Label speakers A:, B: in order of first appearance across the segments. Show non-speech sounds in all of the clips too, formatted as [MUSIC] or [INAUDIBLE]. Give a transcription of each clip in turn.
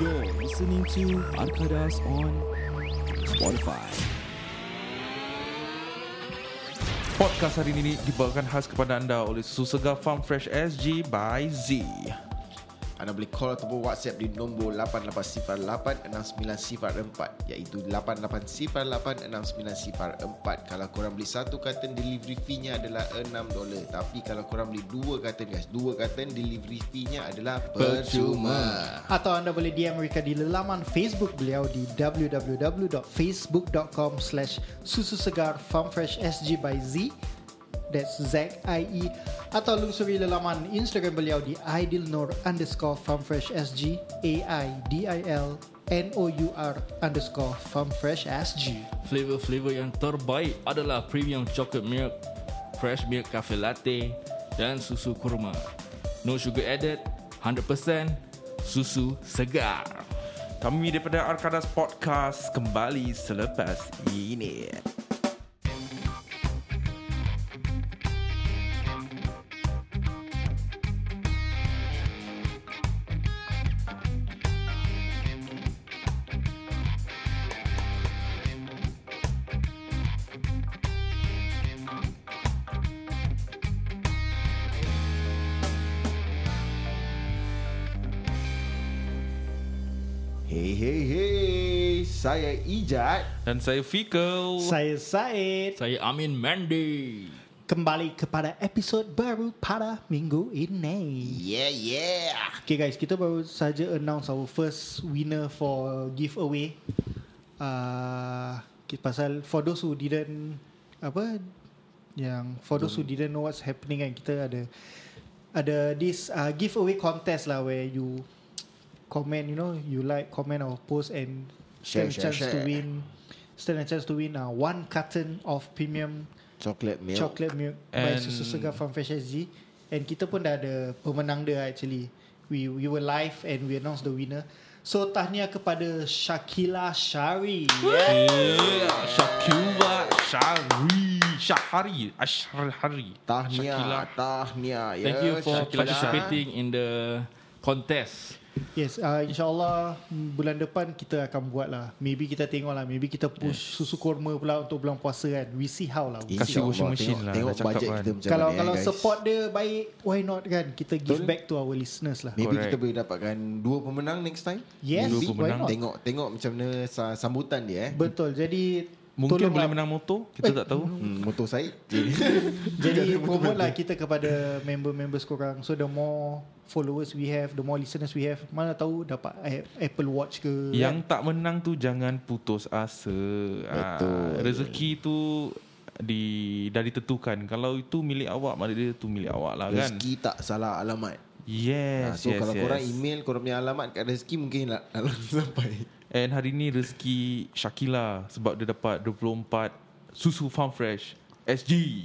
A: You're listening to Arkadas on Spotify.
B: Podcast hari ini dibawakan khas kepada anda oleh Susu Segar Farm Fresh SG by Z.
C: Anda boleh call ataupun WhatsApp di nombor 88086904 iaitu 88086904. Kalau korang beli satu carton delivery fee-nya adalah $6 tapi kalau korang beli dua carton guys, dua carton delivery fee-nya adalah percuma.
D: Atau anda boleh DM mereka di laman Facebook beliau di www.facebook.com slash susu segar farm fresh SG by Z That's Z-I-E Atau lungsuri laman Instagram beliau di idilnor underscore farm fresh SG A-I-D-I-L N-O-U-R underscore farm fresh SG
E: Flavor-flavor yang terbaik adalah Premium Chocolate Milk, Fresh Milk Cafe Latte dan susu kurma. No sugar added, 100% susu segar.
B: Kami daripada Arkadas Podcast kembali selepas ini.
C: Hey hey hey, saya Ijat.
B: Dan saya Fikal.
D: Saya Said
E: Saya Amin Mandy.
D: Kembali kepada episod baru pada minggu ini
C: Yeah yeah.
D: Okay guys, kita baru saja announce our first winner for giveaway. Uh, ki- pasal for those who didn't apa yang for those who didn't know what's happening kan kita ada ada this uh, giveaway contest lah where you comment you know you like comment or post and
C: Share,
D: stand a
C: share,
D: chance to
C: share.
D: win stand a chance to win uh, one carton of premium
C: Chocolate milk.
D: Chocolate milk By
B: And-
D: Susu Segar from Fresh SG And kita pun dah ada Pemenang dia actually We we were live And we announced the winner So tahniah kepada Shakila Shari
B: Yeah, Ya, Shakira Shari Shahari Ashari. Shakila.
C: Tahniah, tahniah.
E: Thank
C: ya,
E: you for
C: Shakila.
E: participating in the contest.
D: Yes uh, InsyaAllah mm, Bulan depan kita akan buat lah Maybe kita tengok lah Maybe kita push Susu kurma pula Untuk bulan puasa kan We see how lah
B: Kasih
C: Insya
B: washing
C: Allah,
B: machine
C: tengok,
B: lah,
C: Tengok
B: dah cakap
C: bajet
B: kan.
C: kita macam
D: Kalau
C: mana, eh,
D: kalau
C: guys.
D: support dia baik Why not kan Kita give
C: Betul.
D: back to our listeners lah
C: Maybe
B: Correct.
C: kita boleh dapatkan dua pemenang next time.
D: Yes,
B: Dua
C: Maybe.
B: pemenang.
D: why not?
C: Tengok tengok macam mana sa- sambutan dia eh.
D: Betul Jadi
B: Mungkin
D: tolonglah-
B: boleh menang motor, kita tak tahu.
C: Hmm, motor saya.
D: Jadi promote lah kita kepada member-members korang. So the more followers we have, the more listeners we have, mana tahu dapat A- Apple Watch ke.
B: Yang tak menang tu jangan putus asa.
C: Betul.
B: Ah, rezeki tu di dah ditentukan. Kalau itu milik awak, mari dia tu milik awak lah kan.
C: Rezeki tak salah alamat.
B: Yes,
C: Yes, so
B: yes,
C: yes, kalau
B: yes.
C: yes. korang email korang punya alamat kat rezeki mungkin nak [LAUGHS] lalu sampai.
B: And hari ni rezeki Shakila sebab dia dapat 24 susu farm fresh SG.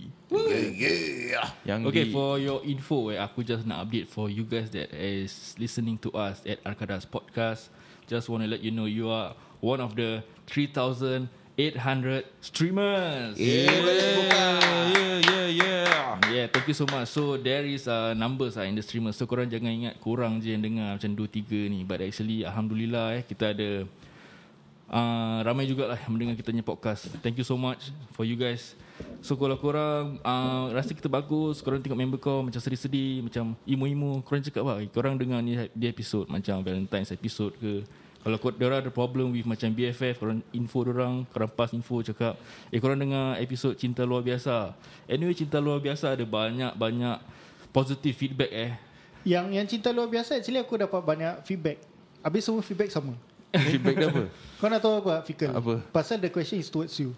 B: Yeah, yeah. Yang
E: Okay,
B: di,
E: for your info, eh, aku just nak update for you guys that is listening to us at Arkadas Podcast. Just want to let you know you are one of the 3,800 streamers.
C: Eh,
B: yeah, yeah, yeah, yeah.
E: Yeah, thank you so much. So there is uh, numbers uh, in the streamer. So korang jangan ingat korang je yang dengar macam 2 3 ni. But actually alhamdulillah eh kita ada uh, ramai jugalah yang mendengar kita punya podcast. Thank you so much for you guys. So kalau korang uh, rasa kita bagus, korang tengok member kau macam sedih-sedih, macam imu-imu, korang cakap apa? Korang dengar ni di episod macam Valentine's episode ke. Kalau kau diorang ada problem with macam BFF, korang info diorang, korang pass info cakap, eh korang dengar episod Cinta Luar Biasa. Anyway, Cinta Luar Biasa ada banyak-banyak positive feedback eh.
D: yang yang cinta luar biasa actually aku dapat banyak feedback. Habis semua feedback sama.
B: Feedback dia apa?
D: Kau nak tahu apa Fikal?
B: Apa?
D: Pasal the question is towards you.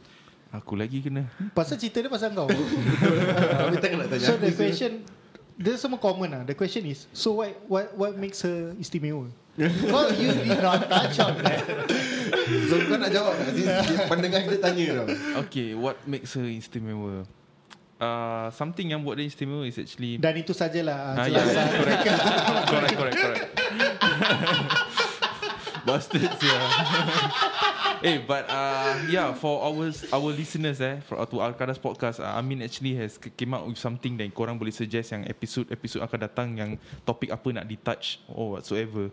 B: Aku lagi kena.
D: Pasal cerita dia
B: [LAUGHS]
D: pasal kau.
C: Tapi Ha, tak nak tanya.
D: so the question dia semua common lah. The question is so what what what makes her
B: [LAUGHS]
D: istimewa? Well, you did not touch on that.
C: so kau nak jawab tak? Si- si Pendengar kita tanya tau.
B: Okay, what makes her istimewa? Uh, something yang buat dia istimewa is actually
D: Dan itu
B: Ah,
D: sajalah ah,
B: yeah,
D: jelasan.
B: yeah, [LAUGHS] correct. correct, correct, correct. [LAUGHS] Bastards, yeah. [LAUGHS] Eh, but uh, yeah, for our our listeners eh, for to Arkadas podcast, uh, Amin actually has c- came out with something that korang boleh suggest yang episode episode akan datang yang topik apa nak ditouch or whatsoever.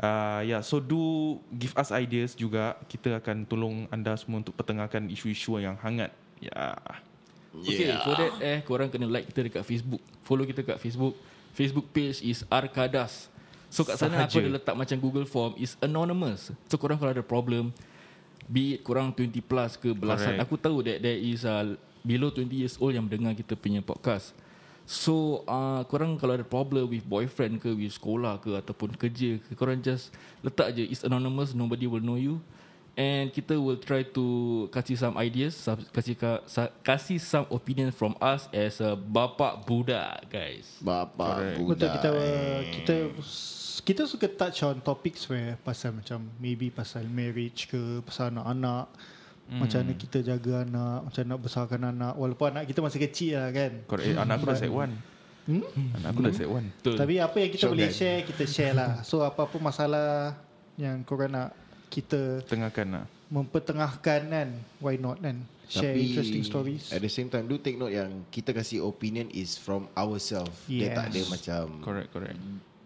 B: Uh, yeah, so do give us ideas juga. Kita akan tolong anda semua untuk pertengahkan isu-isu yang hangat. Ya. Yeah.
E: Okay, for that eh korang kena like kita dekat Facebook. Follow kita kat Facebook. Facebook page is Arkadas. So kat sana aku
B: Sahaja.
E: ada letak macam Google Form is anonymous. So korang kalau ada problem be it korang 20 plus ke belasan.
B: Correct.
E: Aku tahu that there is uh, below 20 years old yang mendengar kita punya podcast. So uh, korang kalau ada problem with boyfriend ke with sekolah ke ataupun kerja ke korang just letak je it's anonymous nobody will know you and kita will try to kasih some ideas sub- kasih ka- sa- kasih some opinion from us as a bapak budak guys.
C: Bapa
D: Betul
C: budak. eh.
D: kita kita kita suka touch on topics where pasal macam maybe pasal marriage ke pasal anak-anak hmm. macam mana kita jaga anak macam nak besarkan anak walaupun anak kita masih kecil lah kan
B: Correct. Eh, anak aku dah set one. Hmm? Anak aku dah set one.
E: Betul.
D: tapi apa yang kita
C: Shotgun.
D: boleh share kita share lah so apa-apa masalah yang korang nak kita
B: Tengahkan lah.
D: mempertengahkan kan why not kan share
C: Tapi
D: interesting stories
C: At the same time Do take note yang Kita kasih opinion Is from ourselves yes. Dia
D: Yes.
C: tak ada macam
B: Correct, correct.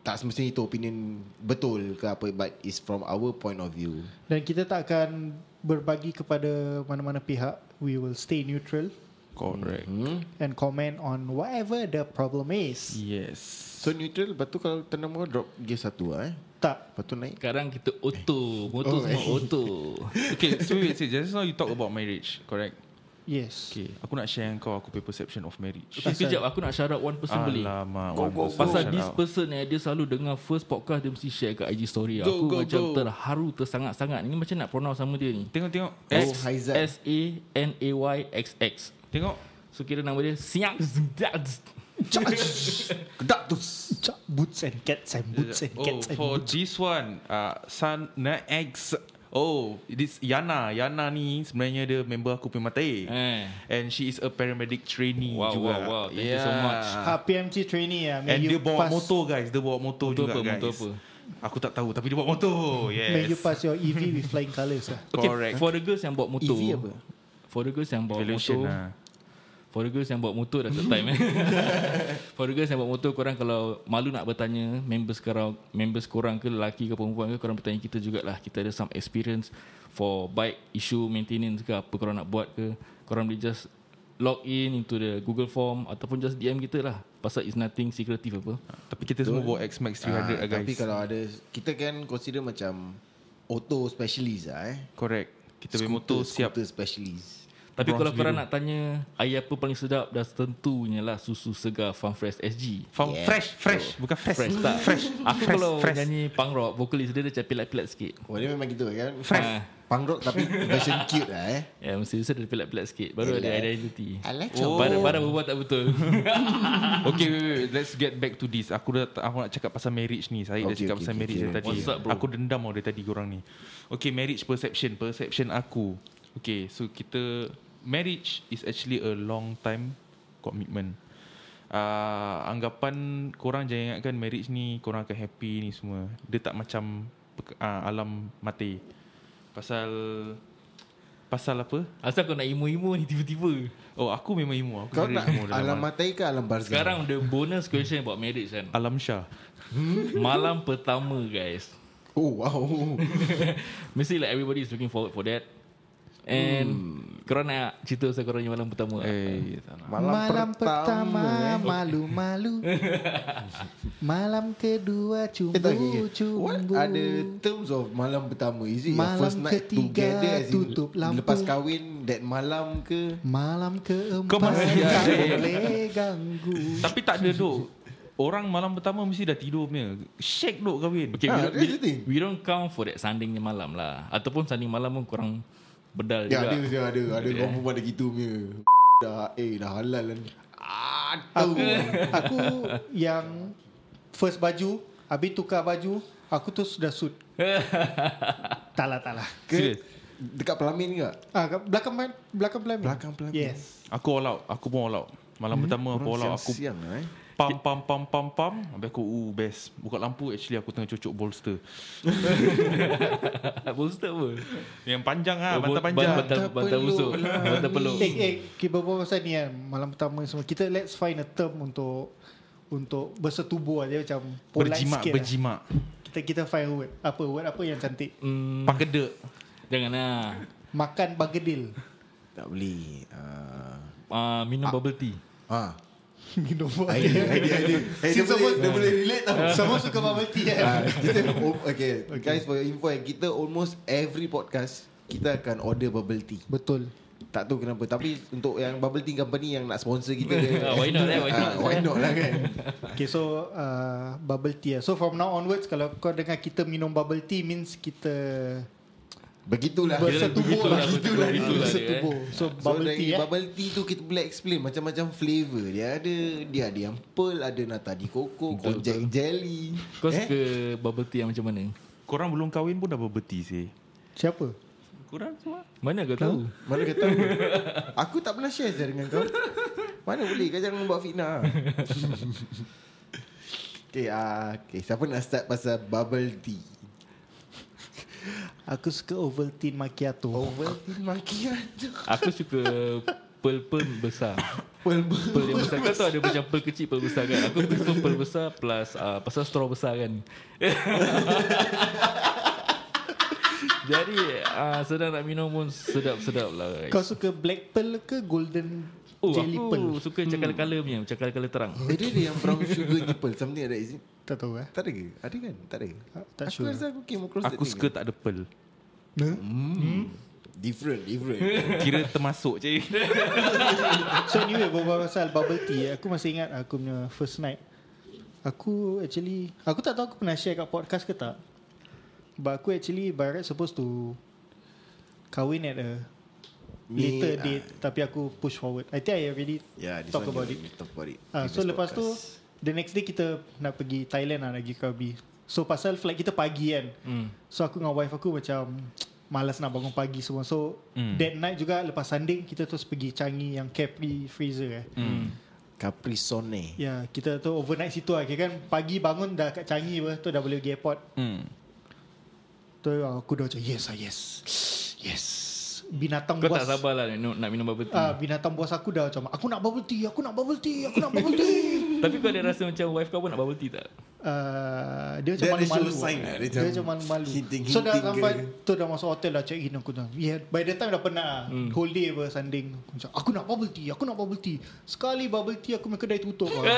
C: Tak semestinya itu opinion Betul ke apa But is from our point of view
D: dan kita tak akan berbagi kepada mana-mana pihak we will stay neutral
B: Correct.
E: Mhm.
C: hmm?
D: and comment on whatever the problem is.
B: Yes.
C: So neutral Lepas tu kalau tenang mau Drop gear satu lah eh
D: Tak.
C: Lepas tu naik
E: Sekarang kita auto Motor
C: Oh,
E: oh, semua
C: eh.
E: auto
B: Okay, so wait, wait, just now you talk about marriage, correct?
D: Yes.
B: Okay, aku nak share dengan kau aku punya perception of marriage.
E: Okay sekejap Aku nak shout out One person boleh Oh,
B: Alamak, go, go,
E: Pasal this person eh Dia selalu dengar First podcast dia mesti share Kat IG story
B: Go,
E: Aku
B: go,
E: macam
B: go.
E: terharu Tersangat-sangat Ini macam nak pronounce sama dia ni
B: Tengok-tengok.
C: Oh,
B: X,
C: Haizan.
E: S-A-N-A-Y-X-X
B: tengok.
E: So kira nama dia Siang
C: Kedak tu
D: Cak boots and cats and
E: eh,
D: boots and
B: Oh,
D: cats and
B: for
D: boots.
B: this one, uh, Sana X. Oh, this Yana. Yana ni sebenarnya dia member aku punya matair.
E: Eh.
B: And she is a paramedic trainee
E: Wow,
B: juga.
E: wow, wow. Thank you so much.
D: Ha, PMT trainee ya.
B: And dia bawa motor guys, dia bawa motor,
E: Motor
B: juga
E: apa,
B: guys.
E: motor apa?
B: Aku tak tahu tapi dia bawa motor. Yes.
D: May you pass your
B: [LAUGHS]
D: EV with flying colours lah.
E: Okay
B: Correct.
E: For the girls yang
B: E
E: bawa motor
C: EV apa?
E: For the girls yang bawa
B: Evolution
E: motor
B: lah.
E: For the girls yang bawa motor dah tak
B: [LAUGHS]
E: time eh. For the girls yang bawa motor korang kalau malu nak bertanya members sekarang members korang ke lelaki ke perempuan ke korang bertanya kita jugalah. Kita ada some experience for bike issue maintenance ke apa korang nak buat ke. Korang boleh just log in into the Google form ataupun just DM kita lah. Pasal it's nothing secretive apa.
B: Tapi kita semua bawa X-Max 300 lah
C: ah,
B: guys.
C: Tapi kalau ada Kita kan consider macam Auto specialist lah eh
B: Correct. Kita punya motor siap.
C: Scooter specialist
E: Tapi
B: Bronze
E: kalau korang
B: biru.
E: nak tanya air apa paling sedap dah tentunya lah susu segar Farm Fresh SG.
B: Faham?
C: Yeah.
B: Fresh, fresh. Bukan fresh.
E: Fresh tak? [LAUGHS]
B: Fresh. Ah,
E: Aku
B: fresh,
E: kalau
B: fresh.
E: nyanyi punk rock, vokalis dia dia macam pilat-pilat sikit.
C: Oh dia memang gitu kan
B: [LAUGHS] Fresh.
E: Ah.
C: Punk rock tapi version cute lah eh
E: Ya, mesti mesti ada pelat-pelat sikit Baru
C: Yelah.
E: ada identity
C: I like
E: oh.
C: your
E: Barang, barang berbuat tak betul [LAUGHS]
B: Okay wait, wait, wait. Let's get back to this Aku dah aku nak cakap pasal marriage ni Saya okay, dah cakap okay,
C: Okay, okay,
B: pasal
C: okay,
B: marriage
C: okay.
B: dari tadi
E: What's up, bro?
B: Aku dendam tau dari tadi korang ni Okay marriage perception Perception aku Okay so kita Marriage is actually a long time commitment uh, Anggapan korang jangan ingatkan marriage ni Korang akan happy ni semua Dia tak macam pek- uh, alam mati Pasal Pasal apa?
E: Asal kau nak imu-imu ni tiba-tiba
B: Oh aku memang emo Aku
C: Kau
B: married
C: nak
B: emo dalam
C: alam matai ke alam barzah
E: Sekarang the bonus question about marriage kan
B: Alam Shah
E: Malam pertama guys [LAUGHS]
C: Oh wow
E: Mesti like everybody is looking forward for that And hmm. Korang nak cerita pasal korang yang malam pertama
B: Eh tak nak
C: Malam, pertama, eh.
B: [LAUGHS]
D: malu-malu. Malam kedua
C: eh. Eh, tak, okay,
D: cumbu
C: okay. What
D: cumbu.
C: are the terms of malam pertama Is it
D: Malam
C: your first night
D: ketiga
C: together as in
D: tutup lampu.
C: Lepas kahwin That malam ke
D: Malam keempat
B: Kau masih
D: tak
B: ada.
D: boleh ganggu.
B: [LAUGHS] Tapi tak ada duk Orang malam pertama mesti dah tidur punya Shake duk kahwin
E: Okay,
C: Ah,
E: we,
C: that's the
E: don't, we,
C: thing.
E: we don't count for that sandingnya malam lah Ataupun sanding malam pun korang Bedal
C: Ya ada
E: juga
C: ada ada ada orang perempuan ada gitu punya. Dah eh dah halal kan. Ah, tahu.
D: Aku aku yang first baju, habis tukar baju, aku tu sudah
B: [LAUGHS]
D: suit. tak lah, tak lah.
B: Serius?
C: Ke, dekat pelamin ke?
D: Ah, kat belakang man, belakang pelamin.
C: Belakang pelamin.
D: Yes.
B: Aku all out Aku pun all out Malam hmm?
E: Oh,
B: pertama aku all out Aku
C: siang
F: lah,
C: eh.
B: pam pam pam pam pam Habis aku uh, best Buka lampu actually aku tengah cucuk bolster
E: [LAUGHS] Bolster apa?
B: Yang panjang lah
E: Oh,
B: Bantal
E: bol-
B: panjang
E: Bantal, bantal busuk
C: lah.
E: Bantal peluk
D: Eh, eh, kita berbual pasal ni kan, malam pertama semua. Kita let's find a term untuk untuk bersetubuh aja macam polite
B: Berjimak
D: sikit lah.
B: Berjimak
D: Kita kita find word. Apa word apa yang cantik?
E: Hmm,
B: Pakeda
E: janganlah.
D: Makan bagedil.
F: Tak boleh. Uh,
E: Uh, minum
C: Ah.
E: bubble tea.
F: [LAUGHS] ha.
D: Minum
F: Idea,
D: bagedil.
F: idea, idea. Eh, dia, boleh,
D: Since someone-
F: dia boleh relate
E: [LAUGHS]
F: tau.
D: Semua suka bubble tea kan?
F: Ah, kita oh, okay, guys for your info eh, kita almost every podcast kita akan order bubble tea.
D: Betul.
F: Tak tahu kenapa tapi untuk yang bubble tea company yang nak sponsor
E: [LAUGHS]
F: kita dia,
E: Ah, why not, eh? Why not?
F: Ah, why not lah
E: [LAUGHS]
F: kan.
D: Okay so uh, bubble tea. lah. So from now onwards kalau kau dengar kita minum bubble tea means kita
F: Begitulah.
D: bersetubuh
E: begitulah,
D: lah.
E: begitulah, begitulah dia,
D: bersetubuh. So
F: So
D: bubble
F: eh?
D: tea eh.
F: bubble tea tu kita boleh explain macam-macam flavour dia ada dia ada yang pearl ada natadi koko konjac jelly Eh?
E: Kau
D: Eh?
E: suka bubble tea yang macam mana?
B: Korang belum kahwin pun dah berbeti sih
D: Siapa?
B: Korang semua
E: Mana kau tahu?
F: mana kata aku tak pernah share je dengan kau mana boleh kau jangan buat fitnah Okay, uh, okay, siapa nak start pasal bubble tea?
D: Aku suka Ovaltine macchiato.
F: Ovaltine [LAUGHS] macchiato.
E: Aku suka pearl-pearl besar.
F: Pearl
E: Pearl yang besar. Kau tahu ada macam pearl kecil, pearl besar kan? Aku prefer pearl besar plus uh, pasal straw besar kan? [LAUGHS] Jadi uh, sedang nak minum pun sedap-sedap lah. guys.
D: Kau suka black pearl ke golden
E: Oh,
D: jelly pearl? Hmm.
E: aku suka cakar-colour punya, cakar-colour terang.
F: Eh, dia ada yang brown sugar ni pearl. Something like that, is it?
D: Tak tahu eh.
F: Tak ada ke? Ada kan? Tak ada?
D: Ah, tak
F: aku
D: sure.
F: rasa aku came across that
B: Aku
F: thing.
B: suka tak ada pearl
F: Different, different.
B: Kira termasuk je
D: [LAUGHS] So anyway berbual pasal bubble tea eh, Aku masih ingat aku punya first night Aku actually Aku tak tahu aku pernah share kat podcast ke tak But aku actually by right supposed to Kahwin at a
F: Ni, ah,
D: Later date Tapi aku push forward I think I already
F: Yeah, Ya, this one
D: Talk about
F: you-
D: it.
F: you Talk about it.
D: ah, So
F: Previous
D: lepas tu
F: podcast.
D: The next day kita Nak pergi Thailand lah Nak pergi Krabi So pasal flight kita pagi kan
E: Hmm.
D: So aku dengan wife aku macam Malas nak bangun pagi semua So mm.
E: Hmm.
D: that night juga Lepas sanding Kita terus pergi Changi Yang Capri Freezer eh
E: Hmm.
F: Capri Sonne.
D: Ya, kita tu overnight situ lah. Kira kan pagi bangun dah kat Changi apa, tu dah boleh pergi airport.
B: hmm.
D: Tu aku dah macam yes ah yes. Yes. Binatang
E: Kau
D: buas.
E: tak sabar lah nak minum- nak minum bubble tea.
D: Ah, binatang buas aku dah macam aku nak bubble tea, aku nak bubble tea, aku nak bubble
E: [LAUGHS]
D: tea.
E: Tapi kau ada rasa macam wife kau pun nak bubble tea tak?
D: Uh, dia
F: Dia
D: macam
F: ada
D: malu-malu
F: show sign lah,
D: lah.
F: dia
D: Dia,
F: macam
D: macam malu-malu
F: hinting-hinting
D: So dah
F: ke.
D: sampai Tu dah masuk hotel dah check in Aku dah yeah, By the time dah penat lah
E: Hmm.
D: Whole day apa sanding Aku macam aku nak bubble tea Aku nak bubble tea Sekali bubble tea aku punya kedai tutup
E: [LAUGHS]
D: lah.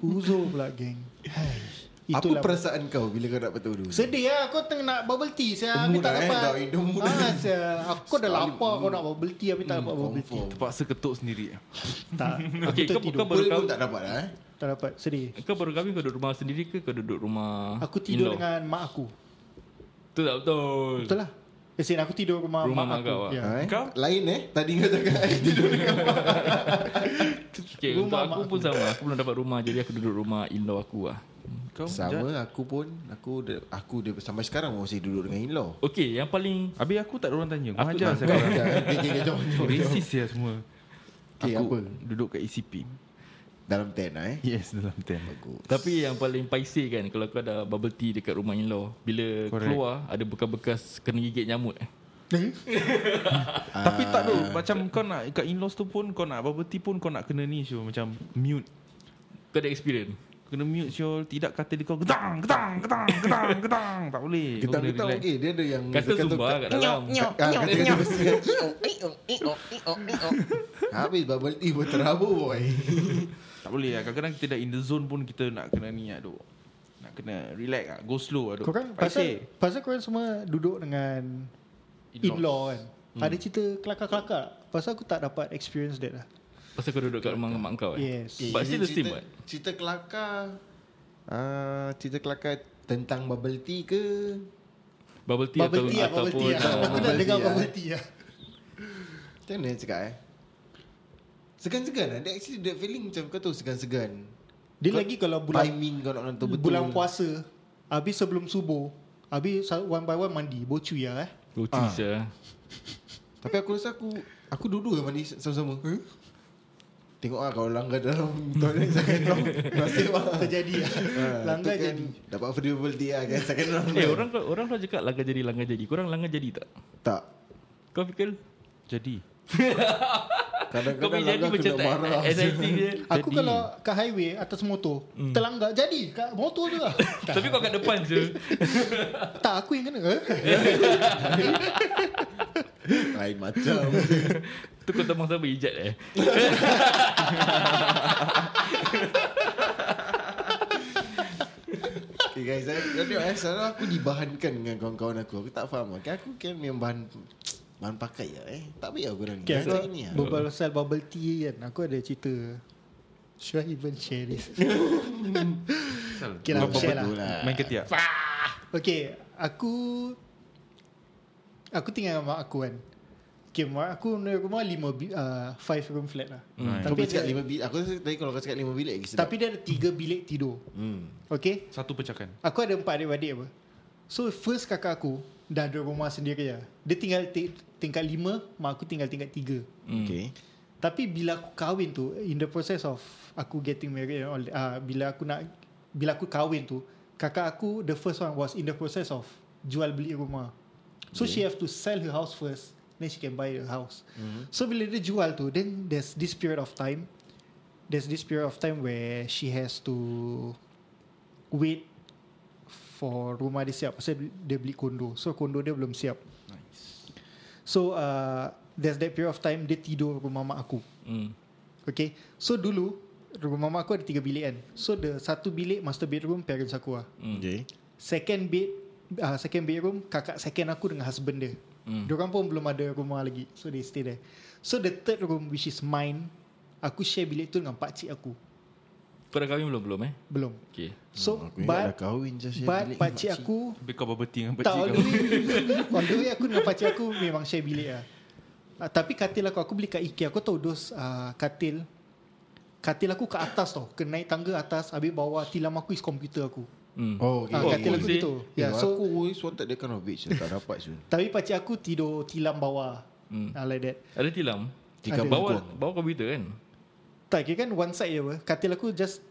D: Uzo pula geng Hai,
F: Apa
D: Itulah
F: perasaan kau bila kau dapat tahu dulu?
D: Sedih lah Kau tengah nak bubble tea Saya
F: Temu
D: Habis tak
F: dah, eh,
D: dapat
F: dah hidung pun dah.
D: ah, saya, Aku dah lapar Kau nak bubble tea Habis tak dapat bubble tea
F: Confirm.
B: Terpaksa ketuk sendiri
D: Tak Aku
E: [LAUGHS] Okay, kau-
D: tertidur
E: kau-
F: Pearl pun
E: Baru
F: tak dapat lah eh.
D: Tak dapat Sedih
E: Kau baru kahwin kau duduk rumah sendiri ke kau duduk rumah
D: Aku tidur
E: in-law?
D: dengan mak aku
E: Betul tak betul?
D: Betul lah As in aku tidur rumah,
E: Rumah
D: mak
E: mak
D: aku
E: kau ah.
D: Ya.
F: Ha, eh?
B: Kau?
F: Lain eh Tadi kau cakap [LAUGHS] I tidur dengan
E: Okay,
D: Rumah
E: untuk
D: mak
E: aku pun sama. Aku belum dapat rumah jadi aku duduk rumah in-law aku lah.
B: Kau Jad?
F: Sama aku pun Aku de- aku de- sampai sekarang masih duduk dengan in-law
E: Okay, yang paling
B: Habis aku tak ada orang tanya Kau
E: Aku-
B: ajar saya
F: Kau
B: korang
F: cakap, eh, okay, okay, jom, jom, jom.
B: Racist ya semua
F: Okay,
B: Aku
F: apa?
B: duduk kat E ECP
F: Dalam tent lah eh
B: Yes dalam tent
E: tapi yang paling paiseh kan kalau kau ada bubble tea dekat rumah in-law, bila
B: Correct.
E: Correct. keluar ada bekas-bekas kena gigit nyamuk. eh?
D: Ah.
B: Tapi tak tu Macam kau nak Kat in-laws tu pun Kau nak bubble tea pun Kau nak kena ni Syul Macam mute
E: Kau ada experience?
B: Kena mute Syul Tidak kata dia kau Gedang Gedang Gedang Gedang [LAUGHS] Gedang Tak boleh Kau
F: Kita
B: kena
F: kita
B: relax.
F: okey Dia ada yang
E: Kata Kan Zumba kat dalam.
F: Ah, kata kata besi kan. [LAUGHS] Habis bubble tea pun terabur [LAUGHS] boy
B: Tak boleh lah Kadang-kadang kita dah in the zone pun Kita nak kena ni lah duk Nak kena relax lah Go slow lah duk
D: Korang kan pasal pasal korang semua duduk dengan
B: In-laws.
D: in-law kan. Hmm. Ada cerita kelakar-kelakar tak? pasal aku tak dapat experience that lah.
E: Pasal kau duduk kat rumah mak kau eh?
D: Yes.
E: But still the same
F: cerita,
E: what?
F: cerita kelakar ah, Cerita kelakar Tentang bubble tea ke
E: Bubble tea,
D: Bubble
E: atau,
D: tea lah, bubble
E: ataupun
D: tea lah.
E: ah,
D: Aku dah
F: bubble
D: dengar
F: tea lah.
D: bubble tea lah.
F: Macam mana nak cakap eh Segan-segan lah Dia actually that feeling macam kau tahu segan-segan
D: Dia lagi kalau bulan
F: Timing kau nak nonton betul
D: bulan puasa, habis sebelum subuh, habis sa- one by one mandi, bocui lah eh.
E: Roti
F: Ah.
E: je.
F: Tapi aku rasa aku Aku dua-dua mandi sama-sama Tengok lah kalau langgar dalam [LAUGHS] toilet Second round Nasib lah
D: Terjadi lah.
F: Ah,
D: Langgar
F: tu kan
D: jadi.
F: Dapat free bubble tea lah kan
B: [LAUGHS]
F: Second round
E: Eh, orang orang kau cakap langgar jadi, langgar jadi. Korang langgar jadi tak?
F: Tak
E: Kau fikir
B: Jadi Kau
F: Kadang-kadang
B: boleh jadi
F: langgar
B: macam
F: kena
B: tak Eh,
F: marah.
E: Eh,
B: exciting
F: [LAUGHS]
B: je
D: Aku kalau
E: [LAUGHS]
D: kat highway atas motor, mm.
E: Hmm.
D: terlanggar jadi kat motor
E: [LAUGHS]
D: tu lah.
B: Tapi kau kat depan je
D: tak aku yang kena.
F: Lain macam.
E: Tu kau teman siapa Ijat eh
C: Okay guys, saya kau tengok eh, selalu aku dibahankan dengan kawan-kawan aku. Aku tak faham. Okay, aku kan memang bahan bahan pakai ya eh. Tak payah korang ni.
D: Okay,
C: Saya
D: aku
C: ni lah.
D: Kan? berbual pasal bubble tea kan. Aku ada cerita. Should I even share
C: [LAUGHS]
D: this? [LAUGHS] okay lah,
C: Bubble
D: share lah.
C: tea lah.
B: Main ketiak
D: Okay, aku... Aku tinggal dengan mak aku kan. Okay, mak aku punya rumah lima, bi- uh, five room flat lah.
B: Hmm.
D: Tapi,
C: Kau boleh cakap
D: ada,
C: lima bilik. Aku rasa tadi kalau kau cakap lima bilik lagi sedap.
D: tapi dia ada tiga bilik tidur.
F: Hmm.
D: Okay,
B: Satu pecahkan
D: Aku ada empat adik-adik apa. So first kakak aku dah ada rumah sendiri lah. Dia tinggal ti- tingkat lima, mak aku tinggal tingkat tiga.
C: Okay.
D: Tapi bila aku kahwin tu, in the process of aku getting married and all, that, ah bila aku nak, bila aku kahwin tu, kakak aku the first one was in the process of jual beli rumah. So she have to sell her house first, then she can buy a house. So bila dia jual tu, then there's this period of time, there's this period of time where she has to wait for rumah dia siap pasal dia beli kondo so kondo dia belum siap nice. so uh, there's that period of time dia tidur rumah mak aku
E: hmm.
D: okay so dulu rumah mak aku ada tiga bilik kan so the satu bilik master bedroom parents aku lah
F: Okay.
D: second bed uh, second bedroom kakak second aku dengan husband dia mm.
F: Hmm.
D: Diorang pun belum ada rumah lagi so they stay there so the third room which is mine aku share bilik tu dengan pakcik aku
E: Kau dah kahwin belum belum eh
D: belum
E: Okay
D: so
F: Hmm, Aku ingat dah
D: but
F: kahwin je share
D: but
F: bilik.
D: pakcik aku
B: Tapi kau berbeting dengan
D: Tak,
B: pakcik
D: all
B: kau
D: the
F: [LAUGHS]
D: way, all the way aku dengan pakcik aku memang share bilik lah. Uh, tapi katil aku, aku beli kat IKEA. Aku tahu dos uh, katil. Katil aku ke atas tau. Kena naik tangga atas, habis bawah tilam aku is komputer aku.
E: hmm.
F: Oh,
D: Ah,
F: okay.
D: katil
F: Oh,
D: aku
E: sih.
D: gitu.
F: Ya,
D: Yeah, so,
F: aku always wanted that kind of bitch. Tak dapat
D: [LAUGHS]
F: tu.
D: tapi pakcik aku tidur tilam bawah.
E: Hmm.
D: Uh, like that.
E: Ada tilam
F: Jika
D: Ada.
F: bawah.
E: Bawa bawa komputer kan
D: Tak, kira kan one side je apa. Katil aku just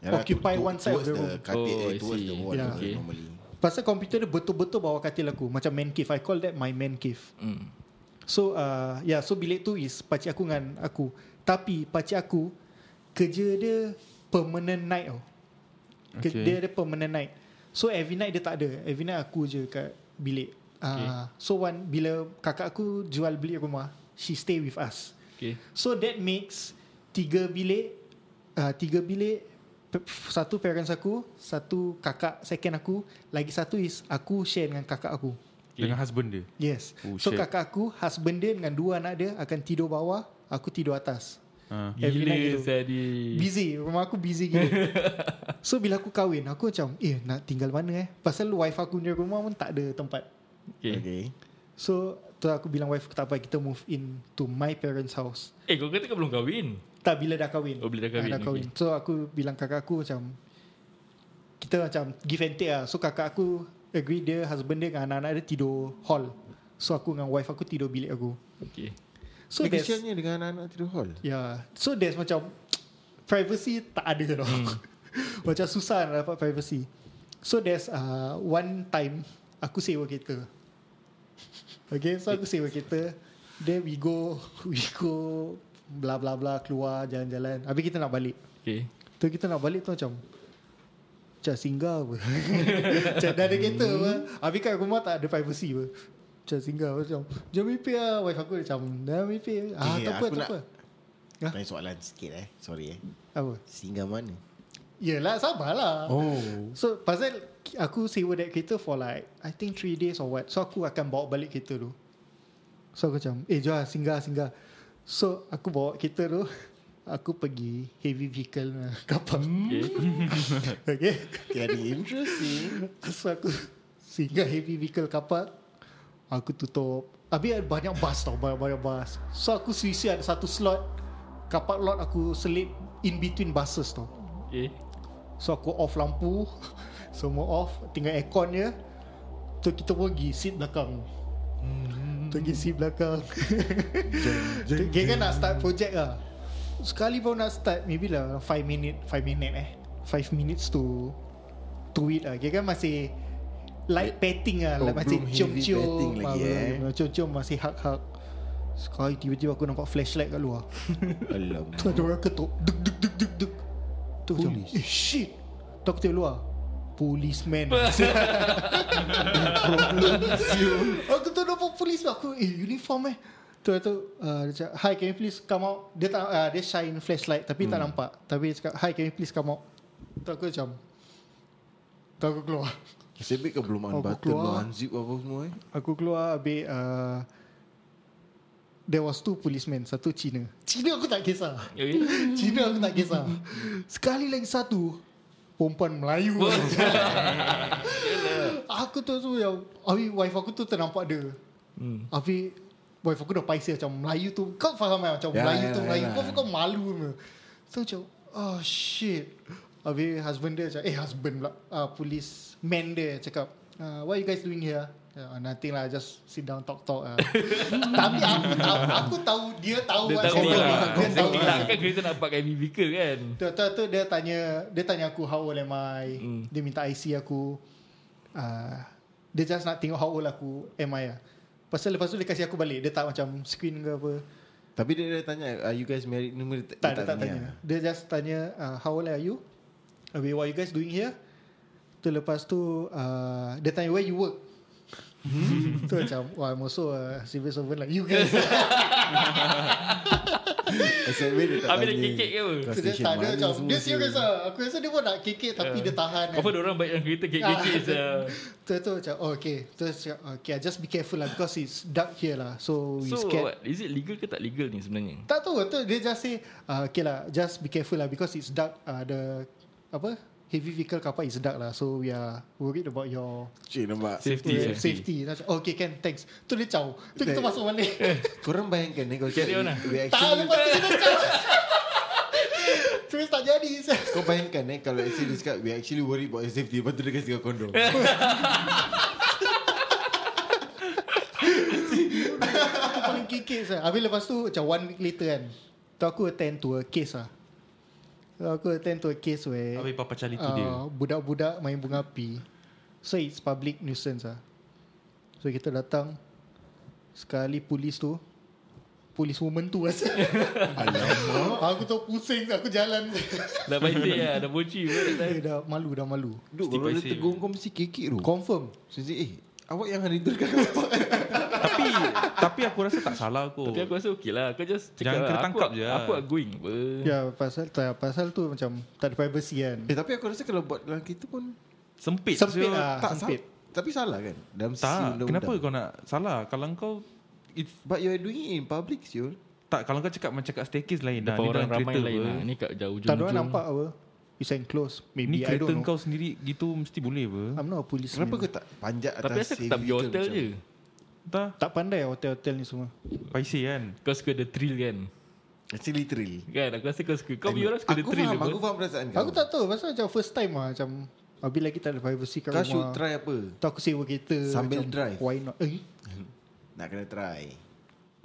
F: Ya,
D: occupy one side of the room.
F: Katil,
E: Oh,
F: oh,
E: I
F: towards
E: see.
F: the wall
D: Yeah.
F: okay.
E: Okay.
F: normally.
D: Pasal komputer dia betul-betul bawah katil aku. Macam man cave. I call that my man cave.
E: hmm.
D: So uh, yeah, so bilik tu is pakcik aku dengan aku. Tapi pakcik aku kerja dia permanent night tau. Okay.
B: Okay.
D: Dia ada permanent night. So every night dia tak ada. Every night aku je kat bilik. Uh, okay. So one bila kakak aku jual bilik rumah, she stay with us.
E: Okay
D: So that makes tiga bilik uh, tiga bilik pe- satu parents aku, satu kakak second aku, lagi satu is aku share dengan kakak aku.
B: Dengan husband dia
D: Yes.
B: Oh,
D: Oh, so
B: shit.
D: kakak aku, husband dia dengan dua anak dia akan tidur bawah, aku tidur atas.
B: ha.
D: Every night
E: Ah, Gila
D: gitu.
E: tadi
D: Busy, rumah aku busy gila.
E: [LAUGHS]
D: so bila aku kahwin, aku macam, eh nak tinggal mana eh? Pasal wife aku punya rumah pun tak ada tempat.
E: Okay
F: Okay.
D: So tu aku bilang wife aku tak apa, kita move in to my parents house.
E: Eh kau kata kau belum kahwin
D: Tak bila dah kahwin.
E: Oh, bila dah kahwin,
D: Ah, dah kahwin. Okay. So aku bilang kakak aku macam kita macam give and take lah. So kakak aku agree dia husband dia dengan anak-anak dia tidur hall. So aku dengan wife aku tidur bilik aku.
E: Okay
D: So
F: Dia
D: there's-
F: kesiannya dengan anak-anak tidur hall.
D: Yeah. ya, So there's macam privacy tak ada tau. Hmm. [LAUGHS] macam susah nak dapat privacy. So there's uh, one time aku sewa kereta. Okay, so aku sewa kereta. Then we go, [LAUGHS] we go bla bla bla keluar jalan-jalan. Habis kita nak balik.
E: Okay
D: Tu kita nak balik tu macam Macam singgah apa [LAUGHS] Macam dah ada kereta apa Habis kat rumah tak ada privacy apa Macam singgah apa Macam Jom mimpi lah Wife aku macam Dah mimpi Ah
F: Eh,
D: tak apa
F: aku
D: tak
F: nak-
D: apa Ah.
F: Tanya soalan sikit eh. Sorry eh.
D: Apa
F: Singgah mana?
D: Yelah sabarlah
F: Oh.
D: So pasal Aku sewa that kereta for like I think 3 days or what So aku akan bawa balik kereta tu So aku macam Eh Johan singgah singgah So aku bawa kereta tu [LAUGHS] Aku pergi Heavy vehicle punya [LAUGHS] Kapal Okay
F: Okay, ada interesting.
D: So aku Sehingga heavy vehicle kapak Aku tutup Habis ada banyak bus tau Banyak-banyak bus So aku sisi ada satu slot Kapak lot aku selip In between buses tau
E: Okay
D: So aku off lampu [LAUGHS] Semua off Tinggal aircon je So kita pun pergi seat belakang hmm. Pergi seat belakang [LAUGHS] Kira kan nak start project lah Sekali baru nak start Maybe lah 5 minute 5 minute eh 5 minutes to To it lah Kira kan masih Light petting lah
F: Oh,
D: like, Masih
F: belum heavy
D: cium-cium
F: petting lagi,
D: ah,
F: eh.
D: belum- belum Cium-cium masih hak-hak Sekali tiba-tiba aku nampak flashlight kat luar
F: Alamak.
D: Tu ada orang ketuk Duk duk duk duk duk Tu macam Eh shit Tu aku tengok luar Policeman [LAUGHS] Aku tu nampak polis Aku eh uniform eh Tu tu uh, dia cakap Hi can you please come out Dia tak uh, Dia shine flashlight Tapi hmm. tak nampak Tapi dia cakap Hi can you please come out Tu aku macam Tu aku keluar
F: Nasib baik kau belum
D: Aku
F: unbutton,
D: Oh, keluar.
F: belum unzip apa semua eh.
D: Aku keluar Habis uh, There was two policemen Satu Cina Cina aku tak kisah
E: Okay.
D: [LAUGHS] Cina aku tak kisah Sekali lagi satu Perempuan Melayu [LAUGHS] Aku tu tu yang Habis wife aku tu ternampak dia hmm. Habis Wife aku dah paisi macam Melayu tu Kau faham kan macam
F: Ya,
D: ya, Melayu
F: ya,
D: tu
F: ya,
D: Melayu
F: ya.
D: Kau kau malu punya. So macam Oh shit Habis husband dia macam Eh husband pula uh, Police man dia cakap uh, What you guys doing here? Uh, nothing lah Just sit down talk talk uh. [LAUGHS] Tapi aku tahu Aku tahu Dia tahu
E: Dia
D: what
E: tahu
D: saya
E: lah.
D: Dia tahu
E: Dia
D: lah
E: tak kan kereta nak pakai vehicle kan.
D: Tu, tu, tu dia tanya Dia tanya aku How old am I
F: Hmm.
D: mm. Dia minta IC aku uh, Dia just nak tengok How old aku Am I lah Pasal lepas tu dia kasih aku balik Dia tak macam screen ke apa
F: Tapi dia dah tanya, are you guys married? Nombor dia,
D: Tak, dia tak tanya Dia just tanya uh, How old are you Habis what you guys doing here Tu lepas tu uh, Dia tanya where you work [LAUGHS] tu macam Wah I'm also a civil servant like you guys
F: SMB dia tak tanya.
E: Habis dia kekek ke apa?
F: Kau
D: [LAUGHS] Dia
F: station
D: tak ada
F: mana
D: macam
F: semua
D: Dia
F: sih. Ya.
D: serius lah Aku rasa dia pun nak kekek Tapi dia tahan
E: Apa dia orang baik dalam kereta
D: Ah.
E: kekek-kekek je.
D: Tu tu macam oh, okay Terus cakap Okay just be careful lah Because it's dark here lah So we
E: So
D: scared
E: what, is it legal ke tak legal ni sebenarnya?
D: Tak tahu tu Dia just say uh, Okay lah Just be careful lah Because it's dark uh, The Apa Heavy vehicle car park is dark lah So we are worried about your
F: Cik nampak.
E: Safety,
D: uh, safety.
E: safety.
D: Dia macam, Okay can thanks Tu dia caw Tu kita
F: Tak.
D: masuk balik
F: Korang bayangkan eh kau
E: Carry
F: cakap
E: on lah.
F: we
D: Tak
F: actually
D: lepas tu kita caw Terus tak jadi
F: kau bayangkan eh kalau actually dia cakap we actually worried about your safety lepas tu dia kasi kau
E: [LAUGHS]
F: kondom.
D: Aku paling kekek saya. Habis lepas tu macam one week later kan Tu aku attend to a case lah So aku attend to a case where
B: Habis Papa Charlie
D: Oh.
B: tu dia.
D: Ah, Budak-budak main bunga api So it's public nuisance lah So kita datang Sekali polis tu Polis woman tu rasa Aku tu pusing Aku jalan
E: Dah
D: [LAUGHS]
E: baik dia lah. Dah boci pun tak tahu.
D: Eh, Dah malu Dah malu
F: Duk
B: Mesti
F: kalau dia
B: paiseh.
F: tegur kau mesti kekek tu.
D: Confirm
F: So dia cakap, eh awak yang hari tu dekat kau.
B: tapi tapi aku rasa tak salah aku.
E: Tapi aku rasa okey lah. Kau just
B: Jangan
E: cakap
B: kena
E: lah.
B: tangkap
E: aku,
B: je lah.
E: Aku outgoing apa.
D: Ya pasal tak, Pasal tu macam Tak ada privacy kan
F: Eh tapi aku rasa kalau buat dalam kita pun
B: Sempit.
D: Sempit
B: siul.
D: lah
F: tak sempit.
D: Sempit
F: Tapi salah kan? Dalam sisi
B: Tak.
F: undang-undang.
B: Kenapa kau nak salah? Kalau kau it's,
F: But you're doing it in public, Syul.
B: tak kalau kau cakap macam kat staircase lain dah.
E: Depan
B: Ni
E: orang
B: dalam eh.
E: ramai
B: kereta
E: lain
B: apa.
E: lah. Ni
D: Tak
E: kat jauh
D: ada
E: hujung-hujung.
D: orang nampak apa It's enclosed
B: Ni
D: Maybe I
B: kereta
D: don't know
B: kau sendiri gitu mesti boleh apa?
D: I'm not a policeman
F: Kenapa kau tak panjat atas
E: Hmm. Tapi asal aku tak pergi
F: cervical
E: hotel
F: macam-
E: je.
B: Tak.
D: Tak pandai hotel-hotel ni semua
B: Paisi kan.
E: Kau suka the thrill kan?
F: Actually thrill.
E: Kan aku rasa kau suka. Kau punya orang suka the
F: aku
E: thrill
F: faham,
E: apa.
F: aku faham perasaan kau.
D: Aku tak tahu Pasal macam first time lah Macam Habis lagi tak ada privacy kat
F: Kau
D: rumah
F: should try apa?
D: Tu aku sewa kereta
F: Sambil
D: macam,
F: drive.
D: Why not eh?
F: Nak kena try.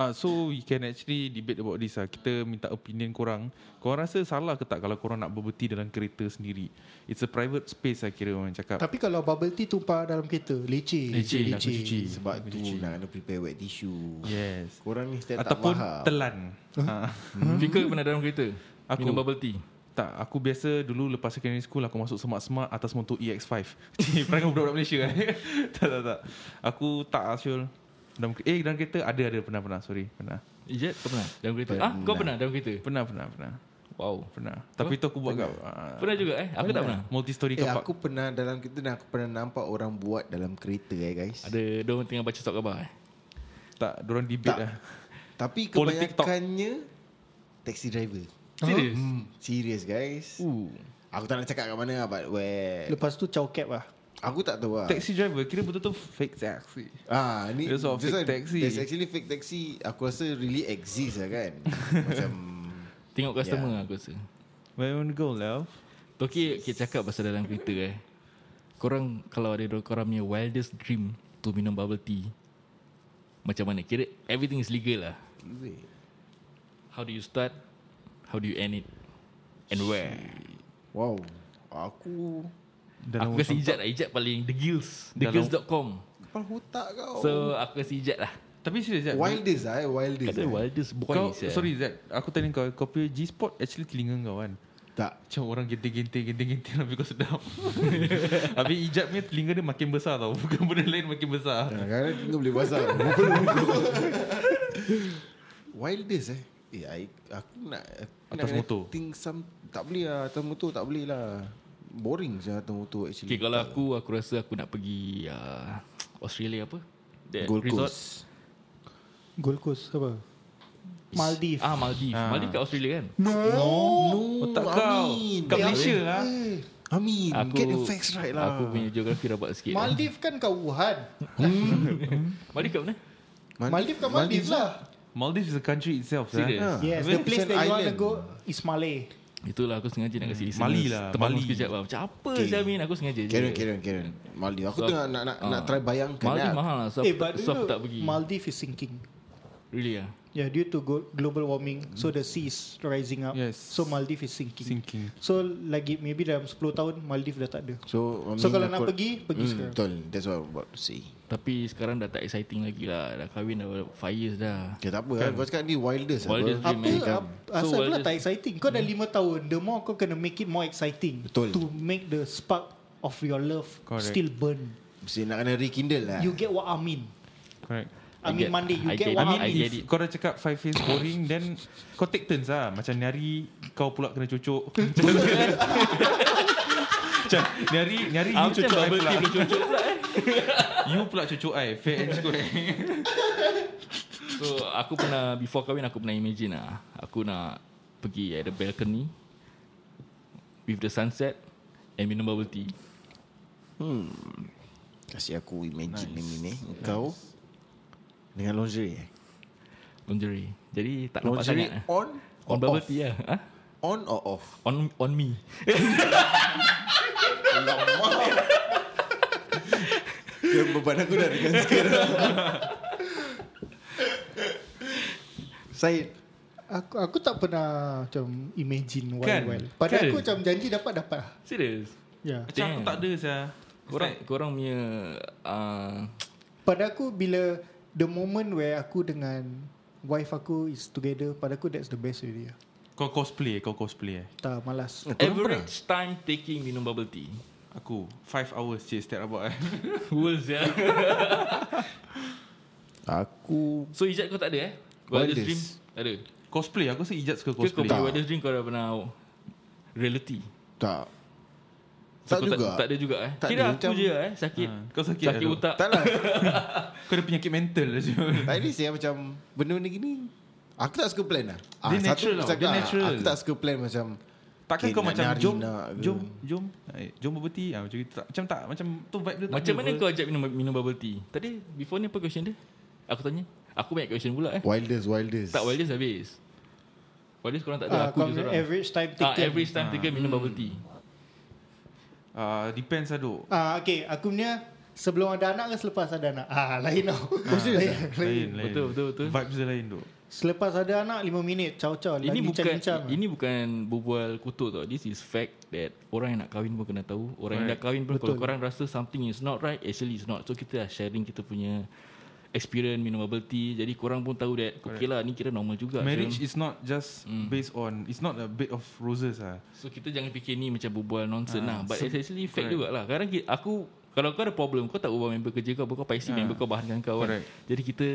B: Ah, so you can actually debate about this lah. Kita minta opinion korang. Korang rasa salah ke tak kalau korang nak berberti dalam kereta sendiri? It's a private space saya kira orang cakap.
D: Tapi kalau bubble tea tumpah dalam kereta Leceh
B: Leceh, nak cuci.
F: Sebab tu
B: Cuci.
F: nak kena prepare wet tissue.
B: Yes.
F: Korang ni saya tak
B: Ataupun
F: faham.
B: telan. Ha.
E: Hmm. Fikir pernah dalam kereta.
B: Aku.
E: Minum bubble tea.
B: Tak, aku biasa dulu lepas secondary school aku masuk semak-semak atas motor EX5. [LAUGHS] Cik, perangai budak-budak Malaysia [LAUGHS] kan. tak, tak, tak. Aku tak asyul. Dalam, eh, dalam kereta ada, ada. Pernah, pernah. Sorry, pernah.
E: Ijat kau pernah dalam kereta? Ah, kau pernah dalam kereta?
B: Pernah, pernah, pernah.
E: Wow.
B: Pernah. Tapi tu aku buat kat... ah,
E: Pernah juga eh? Aku tak pernah.
B: Multi-story
F: Eh,
B: car park.
F: aku pernah dalam kereta dan aku pernah nampak orang buat dalam kereta eh guys.
E: Ada dorang tengah baca stok khabar eh.
B: Tak, diorang debate
F: Tak.
B: lah.
F: Tapi
B: Politik talk.
F: kebanyakannya taxi driver.
E: Serius?
F: Hmm, serious guys.
E: Ooh.
F: Aku tak nak cakap kat mana lah, but where...
D: Lepas tu chow cap lah
F: Aku tak tahu lah.
B: Taxi driver kira betul-betul fake taxi.
F: Ah, ni
B: There's a
F: this
B: fake
F: one-
B: taxi.
F: There's actually fake taxi. Aku rasa really exist lah kan. Macam
E: Tengok customer
F: Ya.
E: yeah. aku rasa.
B: Where you want to go, love?
E: Okay, okay, cakap pasal dalam kereta eh. Korang kalau ada dor- korang punya wildest dream tu minum bubble tea. Macam mana? Kira everything is legal lah. How do you start? How do you end it? And where?
F: wow. Aku
E: Dalam aku kasi Ijat lah. Ijat paling The Gills.
B: Dalam-
E: TheGills.com
C: Oh.
F: kepala otak kau.
E: So aku kasi Ijat lah.
B: Tapi serius Zat
F: Wildest lah eh Wildest
E: Kata
F: eh.
E: wildest boys
B: kau,
E: eh.
B: Sorry Zat Aku tanya kau Kau punya G-Spot Actually telinga kau kan
F: Tak
B: Macam orang genting-genting Genting-genting Tapi kau sedap [LAUGHS] Habis Ijab punya telinga dia makin besar tau [LAUGHS] Bukan benda lain makin besar
C: Ah,
F: Kadang-kadang tinggal boleh basah Mukul-mukul
C: [LAUGHS] Wildest eh Eh, I, aku nak aku
B: Atas
C: nak
B: motor.
C: Think some, tak boleh lah Atas motor tak boleh lah Boring je atas motor actually
E: Okay, kalau aku aku rasa aku nak pergi uh, Australia apa? That
C: Gold
E: resort.
C: Coast
D: Gold Coast apa? Maldives.
E: Ah Maldives. Ah. Maldives kat Australia kan?
C: No No,
B: Oh, tak kau
C: Amin
B: Kat Malaysia lah
C: Eh, Amin
E: Aku
C: Get the facts right lah
E: Aku punya geografi rabat sikit. Mal-
D: Maldives kan kat Wuhan.
E: Maldives kat mana?
D: Maldives kat Maldives lah.
B: ah. Maldives is a country itself
E: Serious?
B: Zat.
C: Ah.
D: Yes, the
C: It's
D: place
C: an
D: that you want to
C: island.
D: go is Malay.
E: Itulah aku sengaja nak kasi listeners
B: Mali lah,
E: Temangun
B: Mali.
E: sekejap lah Macam apa
C: Okay.
E: okay. Zamin Aku sengaja je
C: Karen, Karen, Karen Maldives Aku
E: So,
C: tengah nak, nak, nak
E: ah.
C: try bayangkan
E: Maldives
C: lah.
E: mahal lah So,
D: eh,
E: eh,
D: but
E: so aku
D: dulu
E: tak pergi
D: Maldives is sinking.
E: Really lah
D: Yeah, due to go- global warming, so the sea is rising up.
B: Yes.
D: So Maldives is sinking.
B: Sinking
D: So lagi maybe dalam 10 tahun Maldives dah tak ada.
C: So, I
D: So
C: mean,
D: kalau
C: aku-
D: nak pergi, pergi
C: Hmm,
D: sekarang.
C: Betul That's what I'm about to say
E: Tapi sekarang dah tak exciting lagi lah Dah kahwin dah 5 years dah
C: Okay, tak apa kan. Kau cakap ni wildest,
E: Wildest
C: apa?
E: dream, eh.
D: Apa
E: So,
D: Asal
E: we'll
D: pula
E: just- Hmm.
D: tak exciting Kau dah lima tahun The more kau kena make it more exciting
C: Betul.
D: To make the spark Of your love
B: Correct.
D: Still burn
C: Mesti nak kena rekindle lah
D: You get what I mean
B: Correct
D: I mean
E: get-
D: Monday You
E: I
D: get
E: get
D: what I
E: it, I
D: mean
E: get
B: If kau dah cakap five years boring Then kau take turns lah Macam ni hari Kau pula kena cucuk [LAUGHS] Macam ni hari Ni hari you
E: Ah,
B: cucuk lah? I
E: bubble
B: pula
E: tea boleh cucuk pula eh
B: You pula cucuk I Fair and square
E: So aku pernah Before kahwin aku pernah imagine lah Aku nak Pergi at the balcony With the sunset And minum bubble tea
C: Kasih aku imagine nice. ni eh. Kau Dengan lingerie eh?
E: Lingerie Jadi tak nampak
C: Lingerie
E: sangat lah
C: on
E: On
C: or
E: bubble
C: off?
E: tea lah ha?
C: On or off
E: On on me
C: [LAUGHS]
F: Kira beban aku dah dengan sekarang
C: Syed
D: Aku aku tak pernah Macam imagine Wild
B: Kan?
D: wild Padahal
E: Kan?
D: aku macam janji dapat Dapat lah
E: Serious
D: yeah.
B: Macam aku
E: Damn.
B: tak ada saya
E: Korang korang punya uh,
D: Pada aku bila The moment where aku dengan Wife aku is together Pada aku that's the best already lah.
B: Kau cosplay Kau cosplay eh
D: Tak malas
E: Average time taking minum bubble tea [LAUGHS]
B: Aku Five hours je Setiap rabat eh. [LAUGHS]
E: Worse ya
C: Aku
E: So Ijat kau tak ada eh
C: Wildest.
E: Wildest Dream Tak ada
B: Cosplay Aku rasa Ijaz suka
E: Ke kau
B: cosplay
E: punya
B: Tak.
E: Wildest Dream kau dah pernah Reality
C: tak
E: So,
C: Tak
E: kau
C: juga
E: tak, tak ada juga eh
C: Tak
E: Kira
C: ada,
E: aku
C: macam-
E: je eh Sakit
B: Ha, kau sakit lah
E: Sakit
B: tu.
E: otak
C: Tak lah
B: Kau ada penyakit mental lah Zul.
C: At least ya macam Benda-benda gini Aku tak suka plan lah
F: Ah,
B: Dia
C: satu
B: natural tau,
C: aku
B: dia
C: cakap,
B: natural.
C: Aku tak suka plan macam
B: [LAUGHS] Takkan
C: Okay,
B: kau
C: nak
B: macam
C: nyari
B: Jom
C: nak ke?"
B: Jom Jom eh, Jom bubble tea ha, macam, gitu. Tak- macam tak Macam tu vibe dia tak
E: Macam
B: ada
E: mana
B: apa.
E: kau ajak minum, minum bubble tea Tadi before ni apa question dia Aku tanya Aku banyak question pula eh
F: Wildest Wildest
E: Tak Wildest habis Wildest korang tak
D: Ah,
E: ada Aku
D: kau
E: je
D: punya
E: seorang
D: Average time
E: Ah, Hmm.
D: taken
E: Average time taken minum bubble tea
B: Ah, Depends lah duk
D: Ah, okay, aku punya sebelum ada anak ke selepas ada anak? Ah, [LAUGHS] lain tau.
B: Oh,
D: Lain, lain.
B: ah? Lain, lain.
E: Betul, betul, betul.
B: Vibes dia lain duk
D: Selepas ada anak 5 minit, ciao ciao.
E: Ini
D: Lagi
E: bukan
D: bincang-bincang. lah.
E: ini bukan berbual kotor tau. This is fact that orang yang nak kahwin pun kena tahu. Orang right. yang dah kahwin pun kalau korang rasa something is not right, actually it's not. So kita lah sharing kita punya experience minum bubble tea. Jadi korang pun tahu that okay lah ni kira normal juga.
B: Marriage
E: So,
B: is not just
E: Hmm.
B: based on It's not a bed of roses ah.
E: so kita jangan fikir ni macam berbual nonsense lah. But
B: so-
E: it's actually fact
B: correct.
E: jugalah. Kadang ki- aku kalau kau ada problem kau tak ubah member kerja kau Kau paisi member kau bahankan kau kan
B: Ah. Correct.
E: Jadi kita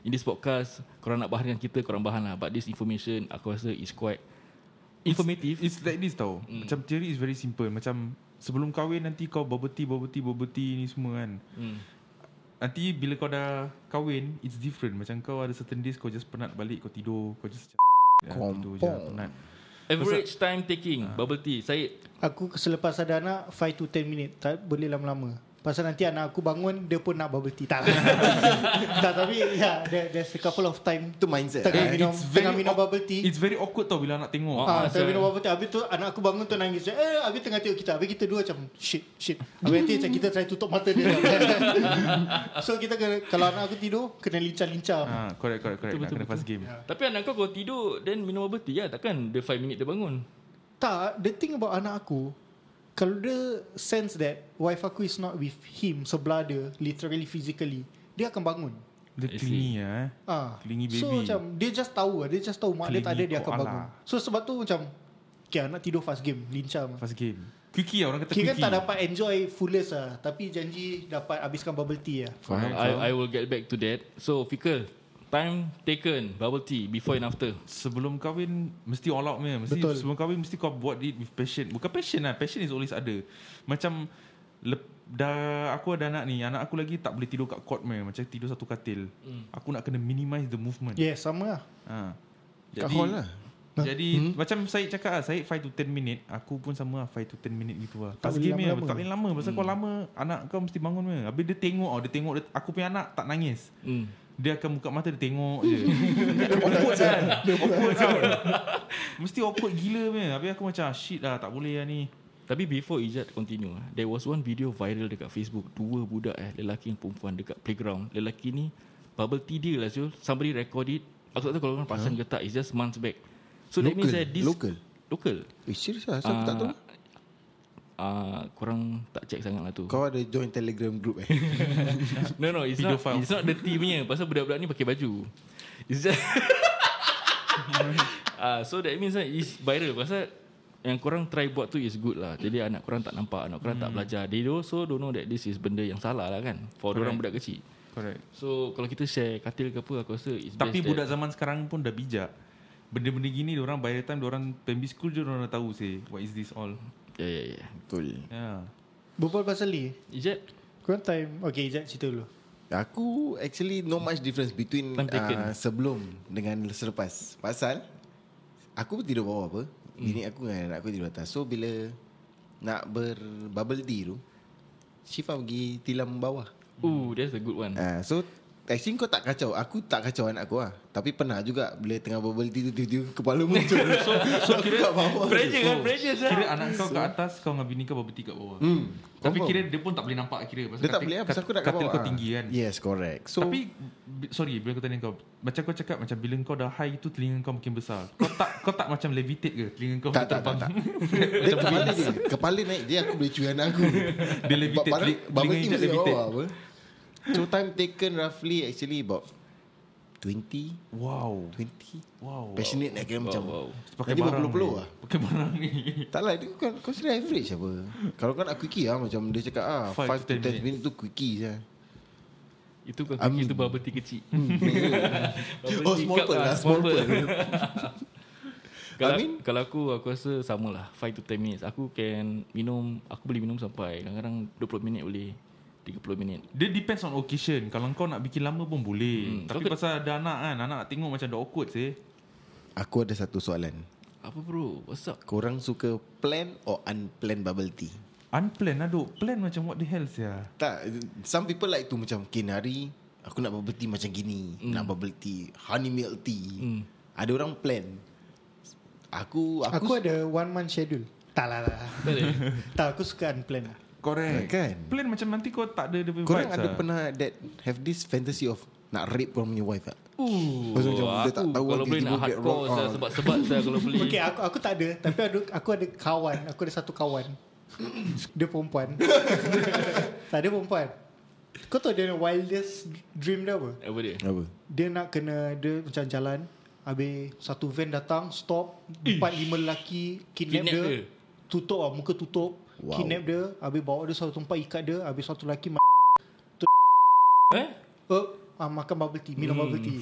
E: In this podcast Korang nak bahankan kita Korang bahan lah But this information Aku rasa is quite Informative Hmm.
B: It's like this tau mm. Macam theory is very simple Macam sebelum kahwin nanti kau bubble tea, bubble tea, bubble tea ni semua kan
E: Hmm.
B: Nanti bila kau dah kahwin It's different Macam kau ada certain days kau just penat balik Kau tidur Kau just macam ya, tidur je penat
E: Average time taking Bubble tea Syed
D: Aku selepas ada anak 5 to 10 minit. Tak boleh lama-lama. Pasal nanti anak aku bangun dia pun nak bubble tea. Tak. lah. tak tapi ya there, there's a couple of time
C: Itu mindset
D: tengah
C: lah, eh.
D: minum
B: It's very
D: tengah minum
B: awk-
D: bubble tea.
B: It's very awkward tau bila nak tengok
E: Ah,
D: Ah,
E: so-
D: tengah minum bubble tea. Habis tu anak aku bangun tu nangis. Eh, habis tengah tengok kita. Habis kita dua macam shit, shit. Habis nanti macam kita try tutup mata dia. [LAUGHS] so kita kena, kalau anak aku tidur kena lincah-lincah.
B: ah, Correct, correct, correct
E: Betul,
B: Nak
E: betul,
B: kena fast game
E: Tapi anak kau kalau tidur Then minum bubble tea lah Takkan dia 5 minit dia bangun
D: Tak, the thing about anak aku, kalau dia sense that wife aku is not with him sebelah dia, literally physically, dia akan bangun.
B: Dia
E: I see.
B: clingy lah eh.
D: Ah.
B: Clingy
D: So
B: baby.
D: macam dia just tahu lah. Dia just tahu mak dia tak ada
B: Clingy
D: dia akan
B: koala.
D: bangun. So sebab tu macam okay anak tidur fast game lincah.
B: Fast game. Quickie lah orang kata
D: Kira kan
B: quickie.
D: tak dapat enjoy fullest lah Tapi janji dapat habiskan bubble tea lah
B: Faham, faham.
E: I, I will get back to that. So Fikal, time taken bubble tea before and after.
B: Sebelum kahwin Mesti all out punya mesti,
D: Betul.
B: Sebelum kahwin Mesti kau buat it with passion Bukan passion lah Passion is always ada Macam lep, Dah Aku ada anak ni Anak aku lagi tak boleh tidur kat court punya Macam tidur satu katil
F: Hmm.
B: mm. Aku nak kena minimize the movement
D: Yeah sama lah
B: ha.
F: Kat hall lah.
B: Jadi hmm? Macam Syed cakap lah Syed 5 to 10 minit Aku pun sama lah 5 to 10 minit gitu lah Tak
D: Tak boleh
B: game lah
D: lama-lama.
B: Tak boleh lama Pasal
F: Hmm.
B: kau lama Anak kau mesti bangun punya Habis dia tengok oh, Dia tengok dia, Aku punya anak tak nangis
E: Hmm.
B: dia akan buka mata dia tengok
F: [LAUGHS]
B: je. awkward kan? awkward kan? Mesti awkward gila punya. Habis aku macam ah, shit lah tak boleh lah ni.
E: Tapi before Ijat continue ah, There was one video viral dekat Facebook Dua budak eh Lelaki dan perempuan dekat playground Lelaki ni Bubble tea dia lah Zul Somebody record it Aku tak tahu kalau orang perasan huh? ke tak It's just months back So that
F: Local?
E: means that this
F: Local?
E: Local
F: Eh serius lah Asal aku tak
B: Ah.
F: tahu
E: uh, Korang tak check sangat lah tu
F: Kau ada join telegram group eh
B: [LAUGHS]
E: No no it's not,
B: Pedophile.
E: it's not the tea punya Pasal budak-budak ni pakai baju It's [LAUGHS] just uh, So that means that It's viral Pasal Yang korang try buat tu Is good lah Jadi anak korang tak nampak Anak korang hmm. tak belajar They also don't know that This is benda yang salah lah kan For orang budak kecil
B: Correct.
E: So kalau kita share Katil ke apa Aku rasa it's
B: Tapi
E: best
B: budak
E: that,
B: zaman sekarang pun dah bijak. Benda-benda gini orang by the time orang primary school je orang dah tahu say what is this all. Ya.
E: Yeah yeah yeah
F: Betul
B: Yeah.
D: Berbual pasal ni
E: Ijat
D: Korang time Okay Ijat cerita dulu
F: Aku actually no much difference between
E: Time
F: uh,
E: taken.
F: sebelum dengan selepas. Pasal aku pun tidur bawah apa.
B: Hmm.
F: Bini aku dengan anak aku tidur atas. So bila nak berbubble tea tu, Syifa pergi tilam bawah.
E: Ooh that's a good one
B: Hmm.
F: Uh, so actually kau tak kacau. Aku tak kacau anak aku lah. Tapi pernah juga bila tengah bubble tea tu tiba-tiba kepala
B: [LAUGHS]
F: muncul. so, so kira bawah.
E: Pressure kan Pressure sah
B: Kira anak kau kat atas Kau dengan bini kau berbetik kat bawah
F: lah. Hmm,
B: Tapi
F: confirm.
B: kira dia pun tak boleh nampak kira pasal
F: Dia tak
B: katil-
F: boleh lah pasal aku nak
B: Katil kau
F: ah.
B: tinggi kan
F: Yes, correct.
B: So,
F: So,
B: Tapi b- Sorry bila aku tanya kau Macam kau cakap Macam bila kau dah high tu Telinga kau makin besar Kau tak kau tak macam levitate ke Telinga kau
F: tak, tak, tak,
B: terbang? [LAUGHS]
F: tak. Dia kepala dia. Kepala naik dia aku boleh curi anak aku.
B: [LAUGHS] Dia levitate
F: Ba- barang-
B: telinga-
F: Bubble
B: telinga
F: tea
B: hijab
F: mesti kat
B: levitate.
F: bawah apa. So time taken roughly actually about 20
B: Wow
F: 20
B: Wow
F: Passionate nak kira macam
E: wow.
B: Pakai
F: Nanti
B: barang
F: berpeluh-peluh
B: ni.
F: lah
B: Pakai barang ni [LAUGHS]
F: Tak lah dia kan, Kau sendiri average apa Kalau kau nak quickie lah Macam dia cakap ah,
B: Five
F: 5
B: to
F: to
B: 10
F: 10 minit tu quickie
B: [LAUGHS]
F: je
E: Itu bukan
F: Um.
E: kaki Itu bubble tea kecil Bubble
F: [LAUGHS] Oh
E: tea
F: small
E: cup
F: pearl
E: lah,
F: lah Small
E: small
F: pearl I
E: Kalau, I
F: mean-
E: mean, kalau aku Aku rasa sama lah 5 to 10 minutes Aku can minum Aku boleh minum sampai Kadang-kadang 20 minit boleh 30 minit
B: Dia depends on occasion Kalau kau nak bikin lama pun boleh
E: Hmm,
B: Tapi
E: kau-
B: pasal ada anak kan Anak tengok macam dah awkward sih
F: Aku ada satu soalan
E: Apa bro What's up
F: Korang suka plan Or unplanned bubble tea
B: Unplanned lah duk Plan macam what the hell sia
F: Tak Some people like tu Macam okay ni hari Aku nak bubble tea macam gini
B: Hmm.
F: mm. Nak bubble tea Honey milk tea mm. Ada orang plan Aku
D: Aku,
F: Aku,
D: ada one month schedule Tak lah lah [LAUGHS] Tak aku suka unplanned lah
B: Correct
F: Kan?
B: Plan macam nanti kau tak ada dia punya
F: Korang
B: vibes
F: ada
B: lah.
F: pernah that Have this fantasy of Nak rape korang punya wife tak?
E: Ooh,
F: Pasal macam dia tak
E: aku
F: tahu
E: kalau
F: nanti
E: boleh
F: dia
E: nak
F: buat
E: hardcore
F: wrong.
E: saya
F: Ah.
E: sebab-sebab saya kalau [LAUGHS] boleh.
D: Okay aku aku tak ada Tapi ada, aku ada kawan Aku ada satu [COUGHS] kawan Dia perempuan [LAUGHS] Tak dia perempuan Kau tahu dia wildest dream dia apa?
E: Apa dia?
F: Apa?
D: Dia nak kena Dia macam jalan Habis satu van datang Stop Empat lima lelaki Kidnap,
E: Kidnap
D: dia,
E: dia.
D: Tutup lah Muka tutup
F: Wow.
D: Kidnap dia Habis bawa dia satu tempat Ikat dia Habis satu lelaki ma-
E: Eh?
D: uh, uh, Makan bubble tea Minum
E: Hmm.
D: bubble tea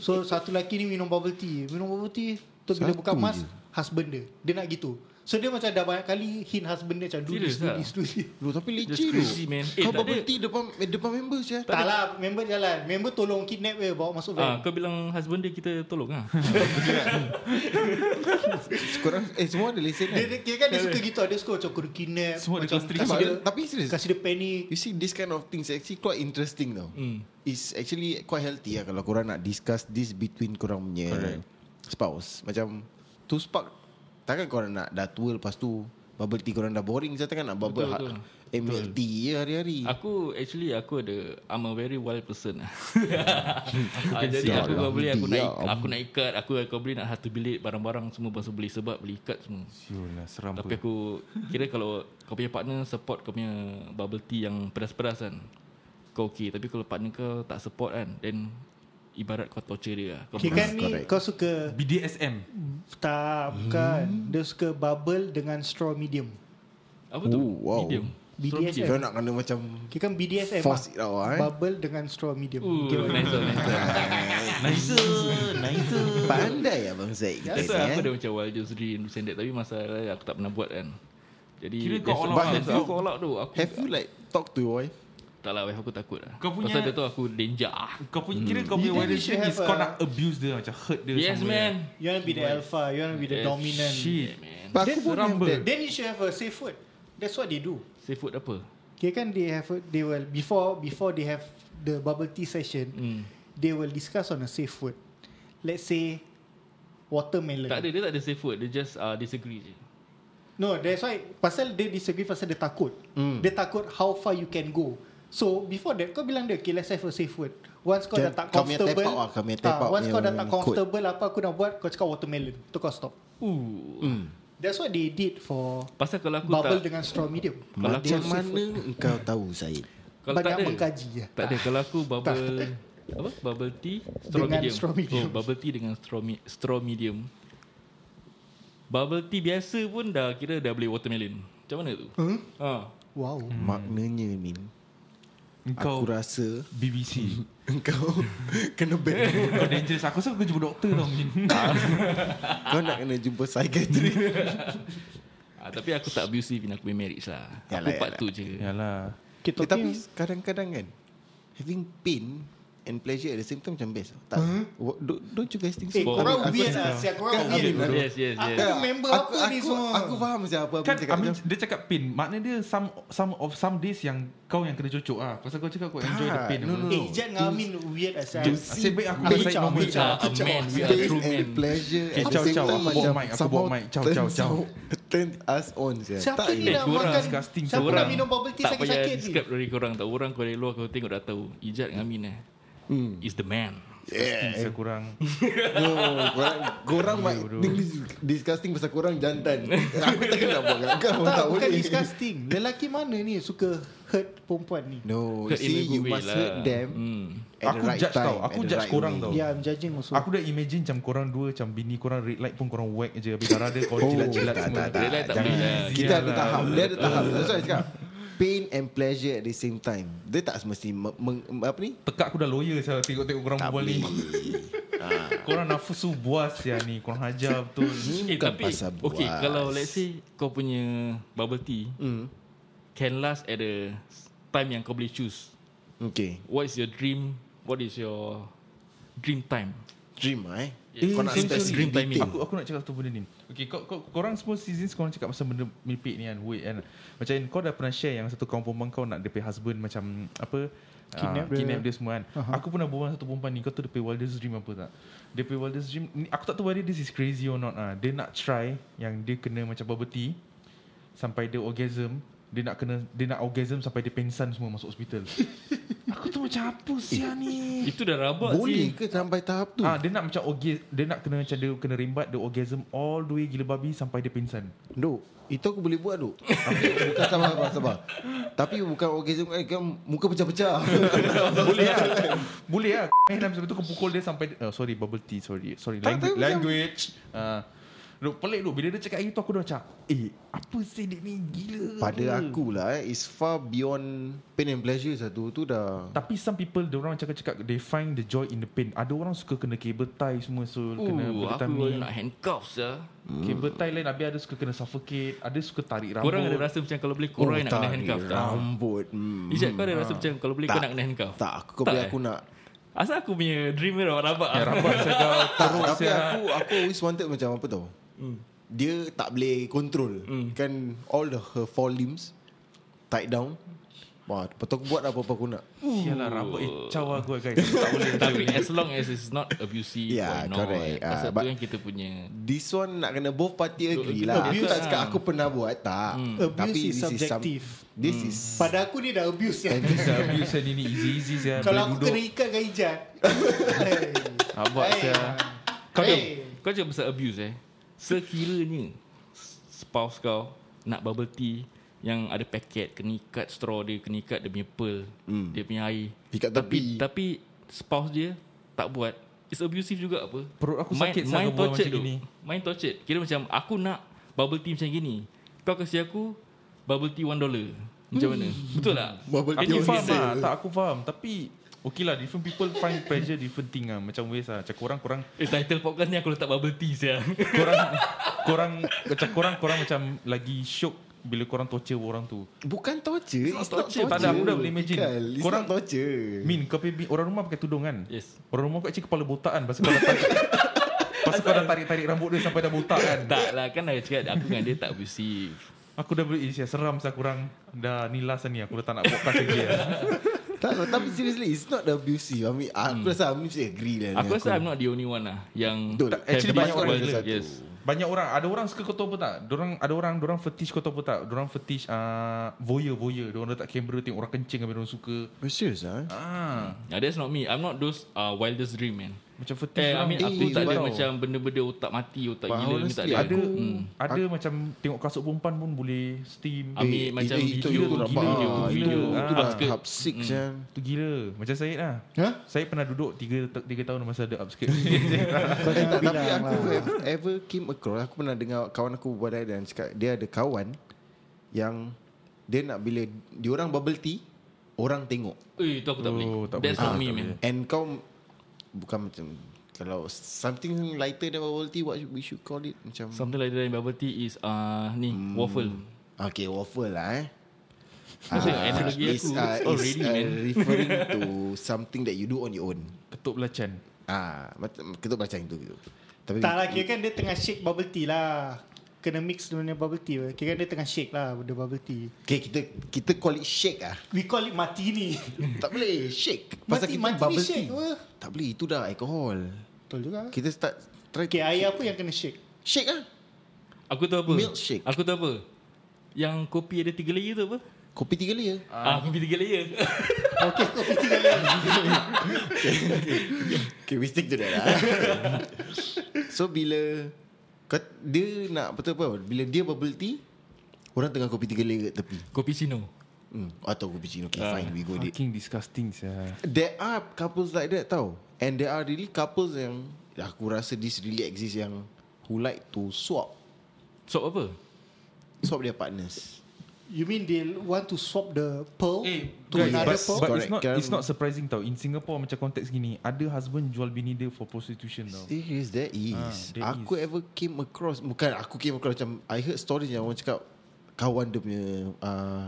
D: So satu lelaki ni minum bubble tea Minum bubble tea Tu
F: Satu
D: bila buka mask
F: je.
D: Husband dia Dia nak gitu So dia macam dah banyak kali Hint husband dia macam Do
E: Serious
D: this, do
E: lah?
D: this, do this
F: Bro, tapi
E: Just
F: leceh tu
E: crazy, man. Eh,
F: Kau
E: tak
F: bubble
E: ada.
F: tea depan, eh, depan member je [LAUGHS]
D: Tak lah Member jalan Member tolong kidnap dia Bawa masuk
E: Ah,
D: van
E: kau bilang husband dia kita tolong ah.
F: Korang Eh semua ada lesen
D: Dia,
F: kan?
D: dia, kira kan dia suka gitu Dia suka macam kena kidnap
B: Semua dia
D: macam
B: constrict.
D: kasih
F: Tapi-
D: dia,
F: Tapi serius
D: kasih dia panic
F: You see this kind of things Actually quite interesting tau
E: Hmm.
F: mm. It's actually quite healthy lah Kalau korang nak discuss this Between korang punya Correct. Spouse Macam Tu spark Takkan korang nak dah tua Lepas tu Bubble tea korang dah boring Saya takkan nak bubble
E: Betul,
F: ha- MLT je hari-hari
E: [LAUGHS] Aku actually aku ada I'm a very wild person
F: [LAUGHS]
E: lah. Ah, Jadi
F: see.
E: aku
F: Ya
E: kalau boleh aku nak
F: Allah.
E: aku nak ikat, aku kalau boleh nak harta bilik barang-barang semua pasal beli sebab beli ikat semua.
B: Siul lah seram
E: Tapi
B: Tapi,
E: aku kira kalau kau punya partner support kau punya bubble tea yang pedas-pedas kan. kau okay Tapi kalau partner kau tak support kan Then ibarat kau torture dia lah. Kau
D: Okay kan ni
F: Correct.
D: kau suka
B: BDSM.
F: [LAUGHS]
D: Tak
E: Hmm.
D: bukan kan? Dia suka bubble dengan straw medium
E: Apa tu?
F: Ooh, wow.
E: Medium
D: BDSM
F: Kau nak kena macam
D: Okay kan BDSM
F: Force it
D: lah.
F: out lah, eh.
D: Bubble dengan straw medium
E: Ooh,
D: okay,
E: nice one, nice lah. one.
B: Nice, nice.
F: Pandai abang Zaid kita
E: That's
F: ni,
E: why lah aku
F: eh.
E: dah macam Wilders Dream This and that Tapi masalah aku tak pernah buat kan Jadi
B: Kira kau
E: that's-
B: all out
E: but
B: lah.
E: that's- Aku all out tu Aku
F: Have you like Talk to your wife
E: Tak lah wife aku takut lah
B: Kau punya-
E: Pasal dia tahu aku danger ah.
B: Kau punya kira kau punya
D: You think you
B: wireless
D: should
B: is
D: have
B: kau
D: a-
B: nak abuse dia macam hurt dia
E: Yes
B: somewhere.
E: man
D: You want to be the alpha You want to be the
E: Yes,
D: dominant
E: Eh, Shit man
F: But aku
D: Then-
F: pun have
B: Rumble.
F: that
D: Then you should have a safe word That's what they do
E: Safe food apa?
D: Okay kan they have a, They will Before before they have The bubble tea session
E: Hmm.
D: They will discuss on a safe word Let's say Watermelon
E: Tak ada Dia tak ada safe word Dia just uh, disagree je
D: No, that's why pasal dia disagree pasal dia takut.
F: Hmm.
D: Mm. Dia takut how far you can go. So before that kau bilang dia okay let's have a safe word. Once kau
F: Macam
D: dah tak
F: kau punya tap
D: comfortable,
F: out lah, kau punya tap
D: ah,
F: out
D: once
F: punya
D: kau dah tak
F: code.
D: comfortable apa aku nak buat kau cakap watermelon. Tu kau stop.
E: Ooh.
D: That's what they did for
E: Pasal kalau aku
D: bubble
E: tak
D: dengan straw medium.
E: Kalau aku
F: Macam mana engkau tahu Zaid
E: kalau tak
D: Banyak
E: ada
D: mengkaji ya.
E: Tak ada Kalau aku bubble Apa? Bubble tea Straw
D: Dengan
E: medium
D: straw medium.
E: Oh, Bubble tea dengan straw, mi- straw medium Bubble tea biasa pun dah Kira dah boleh watermelon Macam mana tu?
D: Huh?
E: Ha.
D: Wow.
F: Hmm. Maknanya Min
B: Kau
F: Aku rasa [LAUGHS]
B: BBC.
F: Engkau [LAUGHS] Kena ban
B: Kau dangerous. Aku rasa aku jumpa doktor tau
F: [LAUGHS]
B: Min.
F: Kau nak kena jumpa kan?
B: [LAUGHS]
F: psychiatrist
E: Ah, tapi aku tak abusive in aku punya marriage lah.
F: Yalah,
E: aku part tu je.
B: Yalah.
D: Okay,
F: eh, [LAUGHS] Tapi
D: tapi
F: kadang-kadang kan Having pain And pleasure at the same time Macam best tau. Tak Wha- don't, don't you guys think so
D: Eh, korang weird lah. Siap, korang
F: Kan, Amin,
D: weird.
F: bro.
E: Yes, yes, yes.
D: Aku member
F: aku,
D: apa ni
F: aku,
D: semua?
F: Aku faham macam apa Amin
B: Kan
F: cakap
B: I mean,
F: macam-
B: dia cakap pain. Makna dia some some of some days yang kau yang kena cocok ah. Pasal kau cakap kau enjoy the pain.
F: no,
E: kan.
F: no,
D: Eh, Ijat dengan Amin weird asal.
B: To see- Nasib baik aku
D: Aku
B: tak
D: cakap,
B: normal
D: aku
E: We
B: je.
D: cakap.
E: are a man. We are
F: Pain
E: true
F: and
E: men.
F: pleasure
B: Okay,
F: at
B: ciao,
F: the same
B: ciao.
F: time
B: Aku bawa
F: macam
B: mic, aku
F: somehow
B: bawa mic. Ciao,
F: turns
B: ciao, ciao.
F: out- [LAUGHS] Turn us on siap.
D: Siapa
F: Tak,
D: ni
F: eh.
D: nak
E: korang
D: makan?
B: disgusting.
D: Siapa nak
B: Korang
D: minum bubble tea
E: tak payah
D: sakit-sakit ni?
E: describe dari korang tau. Orang kau dari luar kau tengok dah tahu. Ijat dengan Amin eh.
F: Hmm.
E: Is the man.
F: Eh,
B: Pasti saya kurang.
F: No, korang, korang mic dis- disgusting pasal korang jantan. Aku tak nak buat kat kau.
D: Tak,
F: Tak
D: bukan
F: boleh.
D: disgusting. Lelaki mana ni suka hurt perempuan ni?
F: No,
E: Hurt [LAUGHS] in a
F: see
E: good
F: you
E: way
F: must
E: lah.
F: hurt them
E: Hmm.
F: at
B: Aku
F: the right
B: judge
F: time.
B: tau. Aku
F: at the
B: judge
F: right
B: korang
F: way.
B: tau.
D: Yeah, I'm judging also.
B: Aku dah imagine macam korang dua Macam bini korang red light pun korang whack je Habis darah dia kau jilat-jilat
F: Oh, tak,
B: semua
F: tak, tak.
E: Dia lain tak
F: Jangan.
E: boleh lah.
F: Kita ada
B: Sialah.
F: tahap. Dia ada tahap. That's why I cakap. Pain and pleasure at the same time. Dia tak semesti me- meng- apa ni?
B: Tekak aku dah lawyer saya tengok-tengok korang
F: Tak
B: berbual ni. korang nafsu buas ya ni. Korang hajar betul.
E: Eh,
F: Bukan
E: tapi,
F: pasal
E: okay,
F: buas. Hmm.
E: kalau let's say kau punya bubble tea can last at a time yang kau boleh choose.
F: Okay.
E: What is your dream? What is your dream time?
F: Dream lah, eh.
E: Eh,
F: Kau nak
E: sorry, sorry.
F: specific
E: Dream timing.
F: detail.
B: Aku aku nak cakap satu benda ni. Okay, kau, kau korang semua seasons korang cakap pasal benda meripik ni kan. Wait kan. Macam kau dah pernah share yang satu kawan perempuan kau nak depan husband macam apa
D: Kidnap
B: ah,
D: dia.
B: kidnap dia semua kan. Uh-huh. Aku pernah berbual dengan satu perempuan ni. Kau tahu depan Wildest Dream apa tak? Depan Wildest Dream ni, aku tak tahu whether this is crazy or not ah. Dia nak try yang dia kena macam bubble tea sampai dia orgasm. Dia nak kena dia nak orgasm sampai dia pengsan semua masuk
D: [LAUGHS]
B: hospital. aku tu macam apa sia ni?
E: Itu dah rabak
F: Boleh
E: sih.
F: ke sampai tahap tu?
B: Ah, dia nak macam orgasm, dia nak kena macam dia kena rembat dia orgasm all the way gila babi sampai dia pingsan.
F: Duk, itu aku boleh buat duk. Aku- bukan sabar, sabar, sabar. Tapi bukan orgasm eh, kan muka pecah-pecah.
B: Boleh
F: lah.
B: ah. Boleh ah. Eh, dalam sebab tu kau pukul dia sampai oh, sorry bubble tea, sorry. Sorry
F: Tak,
B: language.
F: tak, macam-
B: language. Ah. Duk pelik duk bila dia cakap gitu aku dah macam eh apa sih dia ni gila.
F: Pada aku lah eh, is far beyond pain and pleasure satu tu dah.
B: Tapi some people dia orang cakap-cakap they find the joy in the pain. Ada orang suka kena cable tie semua so kena benda
E: Ooh, aku
B: time ni.
E: nak handcuffs ya.
F: Hmm.
B: Cable tie lain habis ada suka kena suffocate, ada suka tarik rambut.
E: Korang ada rasa macam kalau boleh korang nak kena
F: tarik
E: handcuff
F: Oh,
E: tak?
F: ya. Rambut. Hmm.
E: Ijat kau ada rasa macam kalau boleh kau
F: Tak.
E: nak kena handcuff?
F: Tak, aku kau boleh
E: eh?
F: aku nak.
E: Asal aku punya dream dia rabak-rabak
B: Ya,
E: ah.
B: rabak saya kau
F: Tak,
B: teruk
F: tapi
E: ya.
B: saya.
F: aku aku always wanted macam apa tau. Dia tak boleh control. Kan all the her four limbs tied down. Wah, lepas tu aku buat lah apa-apa aku nak.
B: Sialah rabak eh, cawa aku guys. Tak boleh.
E: [LAUGHS] Tapi as long as it's not abusive
F: Yeah,
E: why not?
F: correct. Ah,
E: Pasal tu
F: but-
E: kan kita punya
F: This one nak kena both party agree
E: kita
F: lah. Aku
E: abuse
F: tak
E: lah.
F: cakap aku pernah buat tak. Hmm.
D: Abuse is subjective.
F: this is
E: Hmm.
D: Pada aku ni dah abuse ya.
B: Bisa abuse ni ni easy-easy saya.
D: [LAUGHS] Kalau
B: boleh
D: aku kena eh.
B: duduk.
D: ikat dengan
B: [LAUGHS]
D: Ijat.
B: Abak
D: Hey.
B: saya.
E: Kau
D: Hey.
E: hey. kau cakap pasal abuse eh. Sekiranya spouse kau nak bubble tea yang ada paket kena ikat straw dia kena ikat dia punya pearl mm. dia punya air
F: Ikat tepi.
E: tapi tapi spouse dia tak buat it's abusive juga apa
B: Perut aku sakit sangat
E: main
B: buat
E: tortured
B: macam gini.
E: main tortured kira macam aku nak bubble tea macam gini kau kasi aku bubble tea one dollar macam mana betul tak
F: Bubble
B: Aku
F: tea on
B: faham lah
F: sale.
B: Tak aku faham Tapi Okay lah different people find pressure different thing lah Macam ways lah Macam korang korang
E: eh title podcast ni aku letak bubble tea sia
B: Korang Korang Macam korang korang macam Lagi syok Bila korang torture orang tu
F: Bukan torture It's not torture
E: torture.
B: Tak ada, aku dah boleh imagine.
F: Fikal, It's
B: Korang-
F: Korang not torture
B: Min kau pergi Orang rumah pakai tudung kan
E: yes
B: Orang rumah kau actually kepala botak kan Pasal kau dah tarik Pasal kau dah tarik-tarik rambut dia Sampai dah botak kan
E: tak lah kan aku cakap aku dengan dia tak abusive
B: Aku dah boleh Isya seram saya korang Dah ni last lah ni Aku dah tak nak podcast lagi lah
F: tak, Tapi seriously It's not abusive I mean, Aku rasa Amin mesti agree lah
E: Hmm. Aku
F: dengan
E: rasa I'm not the only one lah Yang
F: Betul.
B: Actually, banyak
E: have this
B: orang
E: problem.
F: ada satu.
E: Yes
B: Banyak orang Ada orang suka kau tahu apa tak Dorang, Ada orang Dorang fetish kau tahu apa tak Dorang fetish uh, Voyeur-voyeur Dorang letak kamera Tengok orang kencing Habis dorang suka
F: Oh, Serious lah
B: Ah,
E: yeah, That's not me I'm not those uh, wildest dream man
B: Macam fetish lah.
E: Eh, I
B: orang
E: mean
B: macam
E: aku
B: tu
E: tak ada
B: tau.
E: macam benda-benda otak mati, otak
F: But
E: gila ni tak
F: honestly,
E: ada.
B: ada
E: Aku- Hmm.
B: ada macam tengok kasut perempan pun boleh steam.
E: Ambil
F: Eh,
E: macam
F: eh, itu,
E: video
F: itu
E: tu
F: nampak ah.
E: gila, video tu
F: Itu,
E: gila. Hmm.
F: itu
B: Ah,
F: dah
E: upskirt.
F: hub six kan
B: Tu gila. Macam Syed lah.
F: Hah?
B: Saya pernah duduk 3 tiga tahun masa ada upskirt.
D: Kau
F: Eh,
D: jangan
F: tak, tapi
D: bilang
F: aku
D: lah.
F: ev- ever came across Aku pernah dengar kawan aku berbual dan cakap Dia ada kawan Yang Dia nak bila Diorang bubble tea Orang tengok
E: Eh, itu aku tak boleh.
B: Oh, tak
E: That's
B: boleh.
E: not
B: Ah,
E: me
B: tak
E: man.
B: boleh.
F: And kau Bukan macam Kalau something lighter than bubble tea What we should call it Macam
E: Something like that in bubble tea is uh, ni waffle.
F: Okay waffle
E: [LAUGHS]
F: lah eh
E: Kau tengok analogi
F: it's,
E: aku
F: uh,
E: it's
F: it's,
E: already
F: uh,
E: man. [LAUGHS]
F: referring to something that you do on your own.
B: Ketuk belacan.
F: Ah, macam ketuk macam itu gitu. Tapi
D: Tak lah kira kan dia tengah shake bubble tea lah Kena mix dengan bubble tea apa. Kira kan dia tengah shake lah Benda bubble tea
F: okay, kita kita call it shake
D: [LAUGHS]
F: ah.
D: We call it martini
F: tak boleh shake.
D: Mati- martini shake apa?
F: Tak boleh itu dah alkohol.
D: [LAUGHS] Betul juga
F: Kita start try
D: Okay air apa yang kena shake
F: shake ah.
E: Aku tahu apa?
F: Milkshake.
E: Aku tahu apa? Yang kopi ada tiga layer tu apa?
F: Kopi tiga layer.
E: Ah, kopi tiga layer. [LAUGHS]
D: Okay kopi tiga layer
F: Okay, we stick to that lah. so, bila kau, dia nak betul apa? Bila dia bubble tea, orang tengah kopi tiga layer kat tepi.
E: kopi Cino.
F: Hmm. Atau kopi cino. Okay, fine. We go there.
B: Fucking disgusting sia.
F: There are couples like that tau. And there are really couples yang aku rasa this really exists yang who like to swap.
E: Sop apa?
F: Swap their partners.
D: You mean they want to swap the pearl
B: Eh,
D: To
B: guys,
D: another
B: but,
D: pearl
B: but it's
F: Correct,
B: not
F: Karen.
B: it's not surprising tau. In Singapore macam konteks gini, ada husband jual bini dia for prostitution tau.
F: Serious there is.
B: Ah, there
F: aku
B: is.
F: ever came across bukan aku came across macam I heard stories yang orang cakap kawan dia punya uh,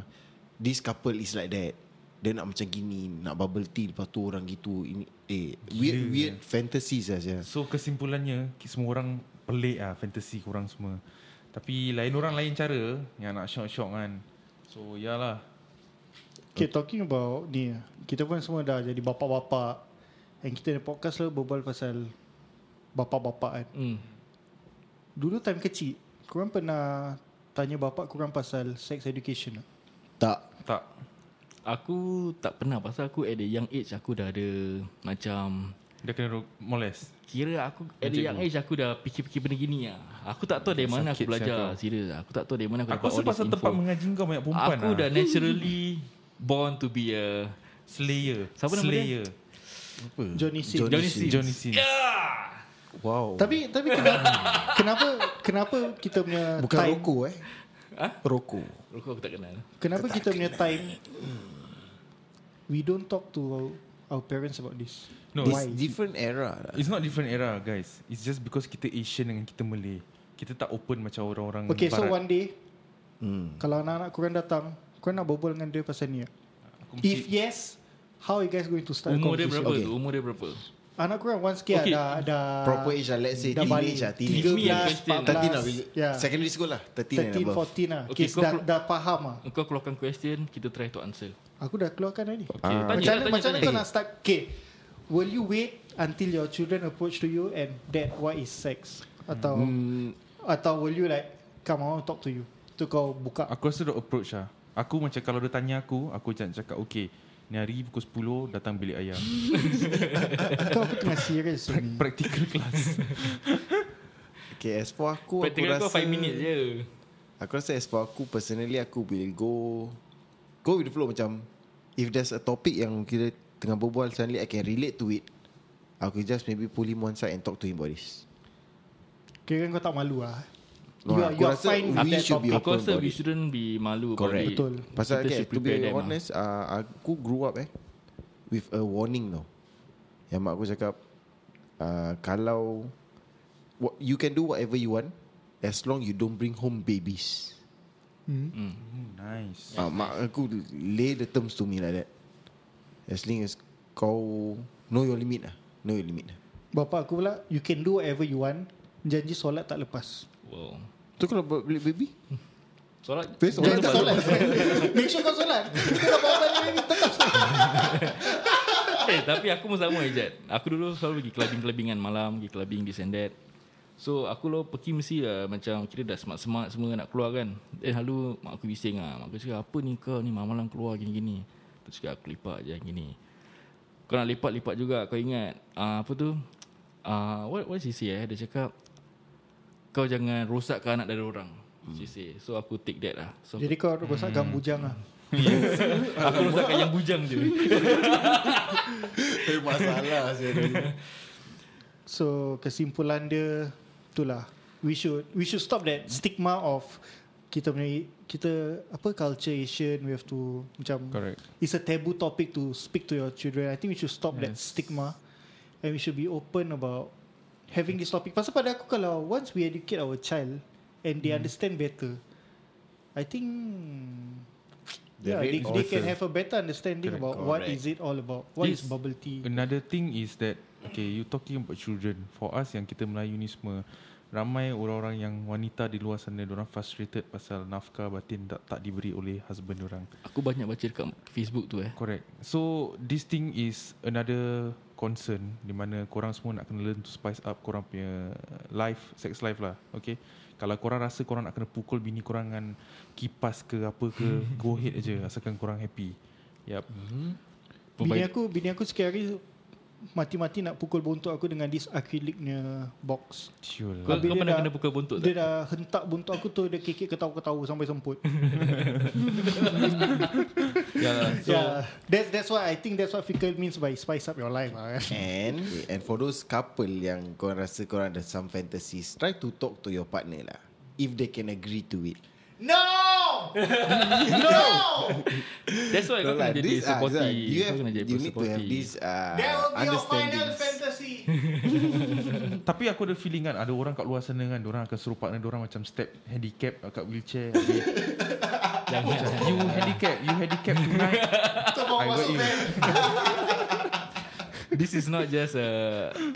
F: this couple is like that. Dia nak macam gini, nak bubble tea lepas tu orang gitu ini eh weird
B: Gila.
F: weird fantasies lah, saja.
B: So kesimpulannya ki- Semua orang pelik lah Fantasy korang semua Tapi lain orang lain cara Yang nak syok-syok kan So yalah
D: Okay talking about ni Kita pun semua dah jadi bapak-bapak And kita ada podcast lah Berbual pasal Bapak-bapak kan
E: Hmm.
D: Dulu time kecil Korang pernah Tanya bapak korang pasal Sex education tak?
F: Tak.
B: Tak
E: Aku tak pernah pasal aku at a young age aku dah ada macam
B: Dia kena ro- molest
E: Kira aku At a young age Aku dah fikir-fikir benda gini lah Aku tak tahu dari mana
B: Sakit
E: Aku belajar
B: siapa.
E: Serius Aku tak tahu dari mana Aku,
B: Aku rasa
E: dapat all
B: pasal
E: this
B: tempat
E: info.
B: mengaji kau Banyak perempuan
E: Aku
B: lah
E: dah naturally [LAUGHS] Born to be a
B: Slayer
E: Siapa nama
B: Slayer
D: Johnny Sins
E: Johnny Sins.
B: Johnny Sins yeah.
F: Wow.
D: Tapi tapi kenapa kenapa kenapa kita punya
F: bukan
D: time
F: rokok eh.
E: Hah?
F: Rokok.
E: Rokok aku tak kenal
D: kenapa kita punya time we don't talk to our, our parents about this.
B: No
F: It's
B: it's,
F: different era lah.
B: it's not different era guys It's just because kita Asian Dengan kita Malay Kita tak open macam orang-orang
D: Okay, so
B: Barat.
D: one day hmm. kalau anak-anak korang datang, korang nak berbual dengan dia pasal ni. tak?
B: Aku mesti-
D: If yes, how you guys going to start a
E: Umur dia
D: conversation?
E: berapa
F: Okay.
E: tu Umur dia berapa
D: Anak korang once kia okay.
E: Okay.
D: dah dah
F: Proper age lah Let's say
D: dah
F: teenage
D: balik
F: lah Teenage
E: Give me a
D: 13,
E: question.
F: 13 lah
D: 14. Yeah.
F: Secondary school lah 13 and
D: 13,
F: above
D: 14 lah.
E: Okay,
D: Okay,
E: kau
D: dah,
E: pro-
D: dah faham lah.
E: Kau keluarkan question Kita try to answer
D: Aku dah keluarkan dah ni.
E: Okay ah.
D: Macam mana, macam mana kau nak start Okay Will you wait Until your children approach to you And that what is sex Atau hmm. Atau will you like Come on talk to you Tu kau buka
B: Aku rasa dia approach lah Aku macam kalau dia tanya aku Aku macam cakap Okay Ni hari pukul 10 Datang bilik ayah
D: Kau aku tengah serious ni
B: Practical class
F: Okay as for aku Aku
E: Practical
F: rasa
E: kau 5 minit je
F: Aku rasa as for aku Personally aku will go Go with the flow macam If there's a topic yang Kita tengah berbual Suddenly I can relate to it Aku just maybe pull him one side And talk to him about this
D: Kira kau tak malu lah
F: No,
D: You are,
F: aku
D: you are
F: rasa
D: fine
F: we
D: with that
F: should be
D: topic
E: Aku
F: open
E: rasa
F: about
E: we
F: it.
E: shouldn't be malu
F: Correct.
E: about it.
D: Betul.
F: Pasal
E: Kita
F: okay,
E: should
F: to
E: prepare
F: be
E: them lah.
F: honest uh, Aku grew up eh With a warning tau Yang mak aku cakap uh, Kalau what, You can do whatever you want As long you don't bring home babies
B: Hmm, [LAUGHS] nice.
F: Ah, mak aku lay the terms to me like that. As long as kau know your limit lah. Know your limit lah.
D: Bapa aku pula You can do whatever you want Janji solat tak
F: [LAUGHS]
D: lepas
E: Wow.
F: Tu kalau buat beli baby?
E: Solat.
F: Please solat.
D: Jangan tak solat Make sure kau solat Kau tak bawa balik ni Tetap solat
E: eh, tapi aku pun sama je, Jad. Aku dulu selalu pergi clubbing-clubbingan malam, pergi clubbing this and that. So aku lo pergi mesti lah Macam kira dah smart-smart semua Nak keluar kan Then lalu Mak aku bising lah Mak aku cakap Apa ni kau ni Malam-malam keluar gini-gini Aku cakap aku lipat je gini Kau nak lipat-lipat juga Kau ingat uh, Apa tu uh, What what she say eh Dia cakap Kau jangan rosakkan anak dari orang She say So aku take that lah so,
D: Jadi kau
F: Hmm.
D: rosakkan bujang lah
E: Aku rosakkan yang bujang je
F: Eh, masalah saya.
D: So kesimpulan dia Itulah We should We should stop that stigma of Kita punya Kita Apa culture Asian We have to Macam
B: Correct.
D: It's a taboo topic To speak to your children I think we should stop yes. that stigma And we should be open about Having this topic Pasal pada aku kalau Once we educate our child And they hmm. understand better I think
F: The
D: yeah, they,
F: rate
D: they
F: of
D: can
F: the-
D: have a better understanding
B: Correct.
D: about what
F: Correct.
D: is it all about. What
B: Yes.
D: is bubble tea?
B: Another thing is that Okay you talking about children For us yang kita Melayu ni semua Ramai orang-orang yang wanita di luar sana Diorang frustrated pasal nafkah batin tak, tak diberi oleh husband orang
E: Aku banyak baca dekat Facebook tu eh
B: Correct So this thing is another concern Di mana korang semua nak kena learn to spice up Korang punya life, sex life lah Okay Kalau korang rasa korang nak kena pukul bini korang dengan Kipas ke apa [LAUGHS] ke Go ahead aja asalkan korang happy Yep
D: Bini aku bini aku sekali hari mati-mati nak pukul bontot aku dengan this acrylicnya box.
B: Sure
E: Kau,
B: lah
D: Habis
E: kau
D: dia
E: pernah
D: dah-
E: kena pukul buntut
D: Dia
E: tak?
D: dah hentak bontot aku tu dia kekek ketawa-ketawa sampai semput.
E: [LAUGHS] Ya lah.
D: So, yeah. That's that's what I think that's what fickle means by spice up your life. lah.
F: And and for those couple yang kau rasa kau ada some fantasies, try to talk to your partner lah. If they can agree to it.
E: [LAUGHS]
C: No! no!
E: That's why Eh, kau
F: lah,
E: kena jadi
F: ah,
E: supportive.
F: Zai, you,
E: kau
F: have,
E: kena jadi
F: you need to have
E: supportive.
F: this uh,
C: That will be your final
F: understanding.
C: fantasy.
B: Tapi aku ada feeling kan Ada orang kat luar sana kan Diorang akan suruh partner Diorang macam step handicap ah, Kat wheelchair Habis
E: Jangan.
B: You handicap You handicap tonight
C: Kita
B: I
C: bawa
B: got
C: masuk
B: you.
C: fan.
E: This is not just a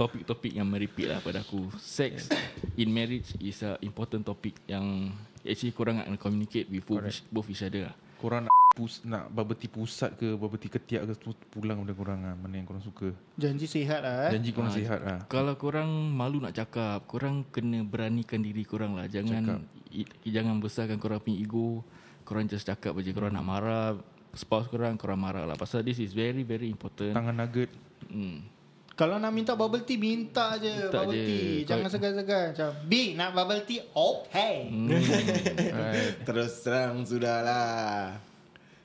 E: topik-topik yang meripik lah pada aku. Sex in marriage is a important topic yang actually korang nak kena communicate with both, both each other lah.
B: Korang nak pus, nak bubble tea pusat ke Bubble tea ketiak ke tu Pulang pada korang lah Mana yang korang suka
D: Janji sihat lah. Eh.
B: Janji korang sihat lah
E: Kalau korang malu nak cakap, korang kena beranikan diri korang lah. Jangan i, jangan besarkan korang punya ego. Korang just cakap aja korang nak marah. Spouse korang, korang marah lah. Pasal this is very very important.
B: Tangan nugget
E: Hmm.
D: Kalau nak minta bubble tea minta je
E: Minta
D: bubble
E: je.
D: tea. Jangan
E: Kalau-
D: segan-segan macam B nak bubble tea. Oh, hey.
E: Hmm.
B: Alright.
F: Terus terang sudahlah.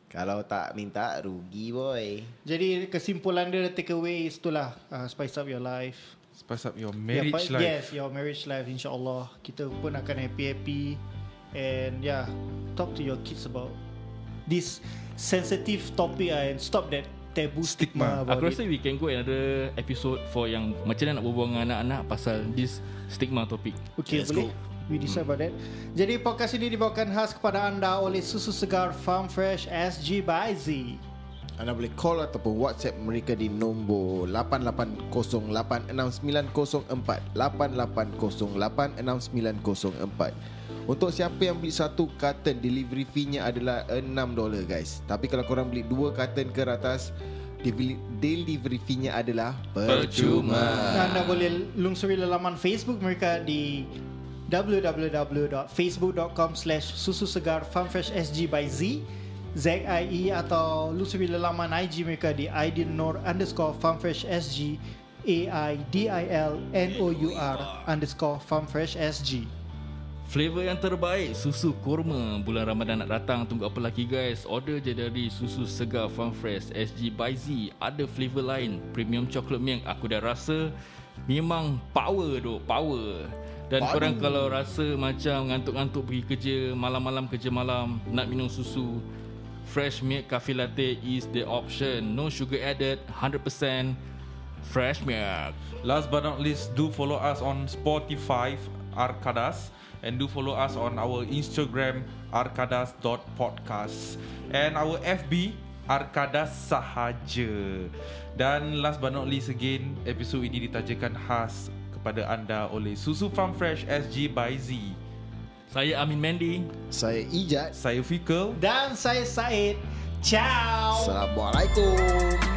F: Kalau tak minta rugi boy.
D: Jadi kesimpulan dia the takeaway is itulah uh, spice up your life.
B: Spice up
C: Ya,
B: your
D: Yeah,
B: marriage
D: but-
B: life
D: Ya, Yes, your marriage life insyaAllah. Kita pun akan happy-happy. And yeah, talk to your kids about this sensitive topic ah, and stop that taboo stigma, about
E: Aku
D: it.
E: rasa we can go another episode for yang macam mana nak berbual dengan anak-anak pasal this stigma topic.
D: Okay, Let's boleh? We decide about that. Jadi podcast ini dibawakan khas kepada anda oleh Susu Segar Farm Fresh SG by Z.
F: Anda boleh call ataupun WhatsApp mereka di nombor 88086904 88086904 Untuk siapa yang beli satu carton delivery fee-nya adalah $6 guys. Tapi kalau korang beli dua carton ke atas deli- delivery fee-nya adalah percuma.
D: Dan anda boleh lungsuri laman Facebook mereka di www.facebook.com slash susu segar farmfresh sg by z ZIE atau lungsuri laman IG mereka di idilnor underscore farmfresh sg A I D I L N O U R underscore farmfresh sg
E: Flavor yang terbaik Susu kurma Bulan Ramadan nak datang Tunggu apa lagi guys Order je dari Susu segar Farm Fresh SG by Z Ada flavor lain Premium chocolate milk Aku dah rasa Memang power duk Power Dan Padu. korang kalau rasa Macam ngantuk-ngantuk pergi kerja Malam-malam kerja malam Nak minum susu Fresh milk coffee latte is the option No sugar added 100% Fresh milk
B: Last but not least, do follow us on Spotify, Arkadas, and do follow us on our Instagram, arkadas.podcast, and our FB, Arkadas Sahaja. Dan last but not least again, episod ini ditajakan khas kepada anda oleh Susu Farm Fresh SG by Z.
E: Saya Amin Mendy
F: Saya Ijat
B: Saya Fikal
D: Dan saya Said. Ciao.
F: Assalamualaikum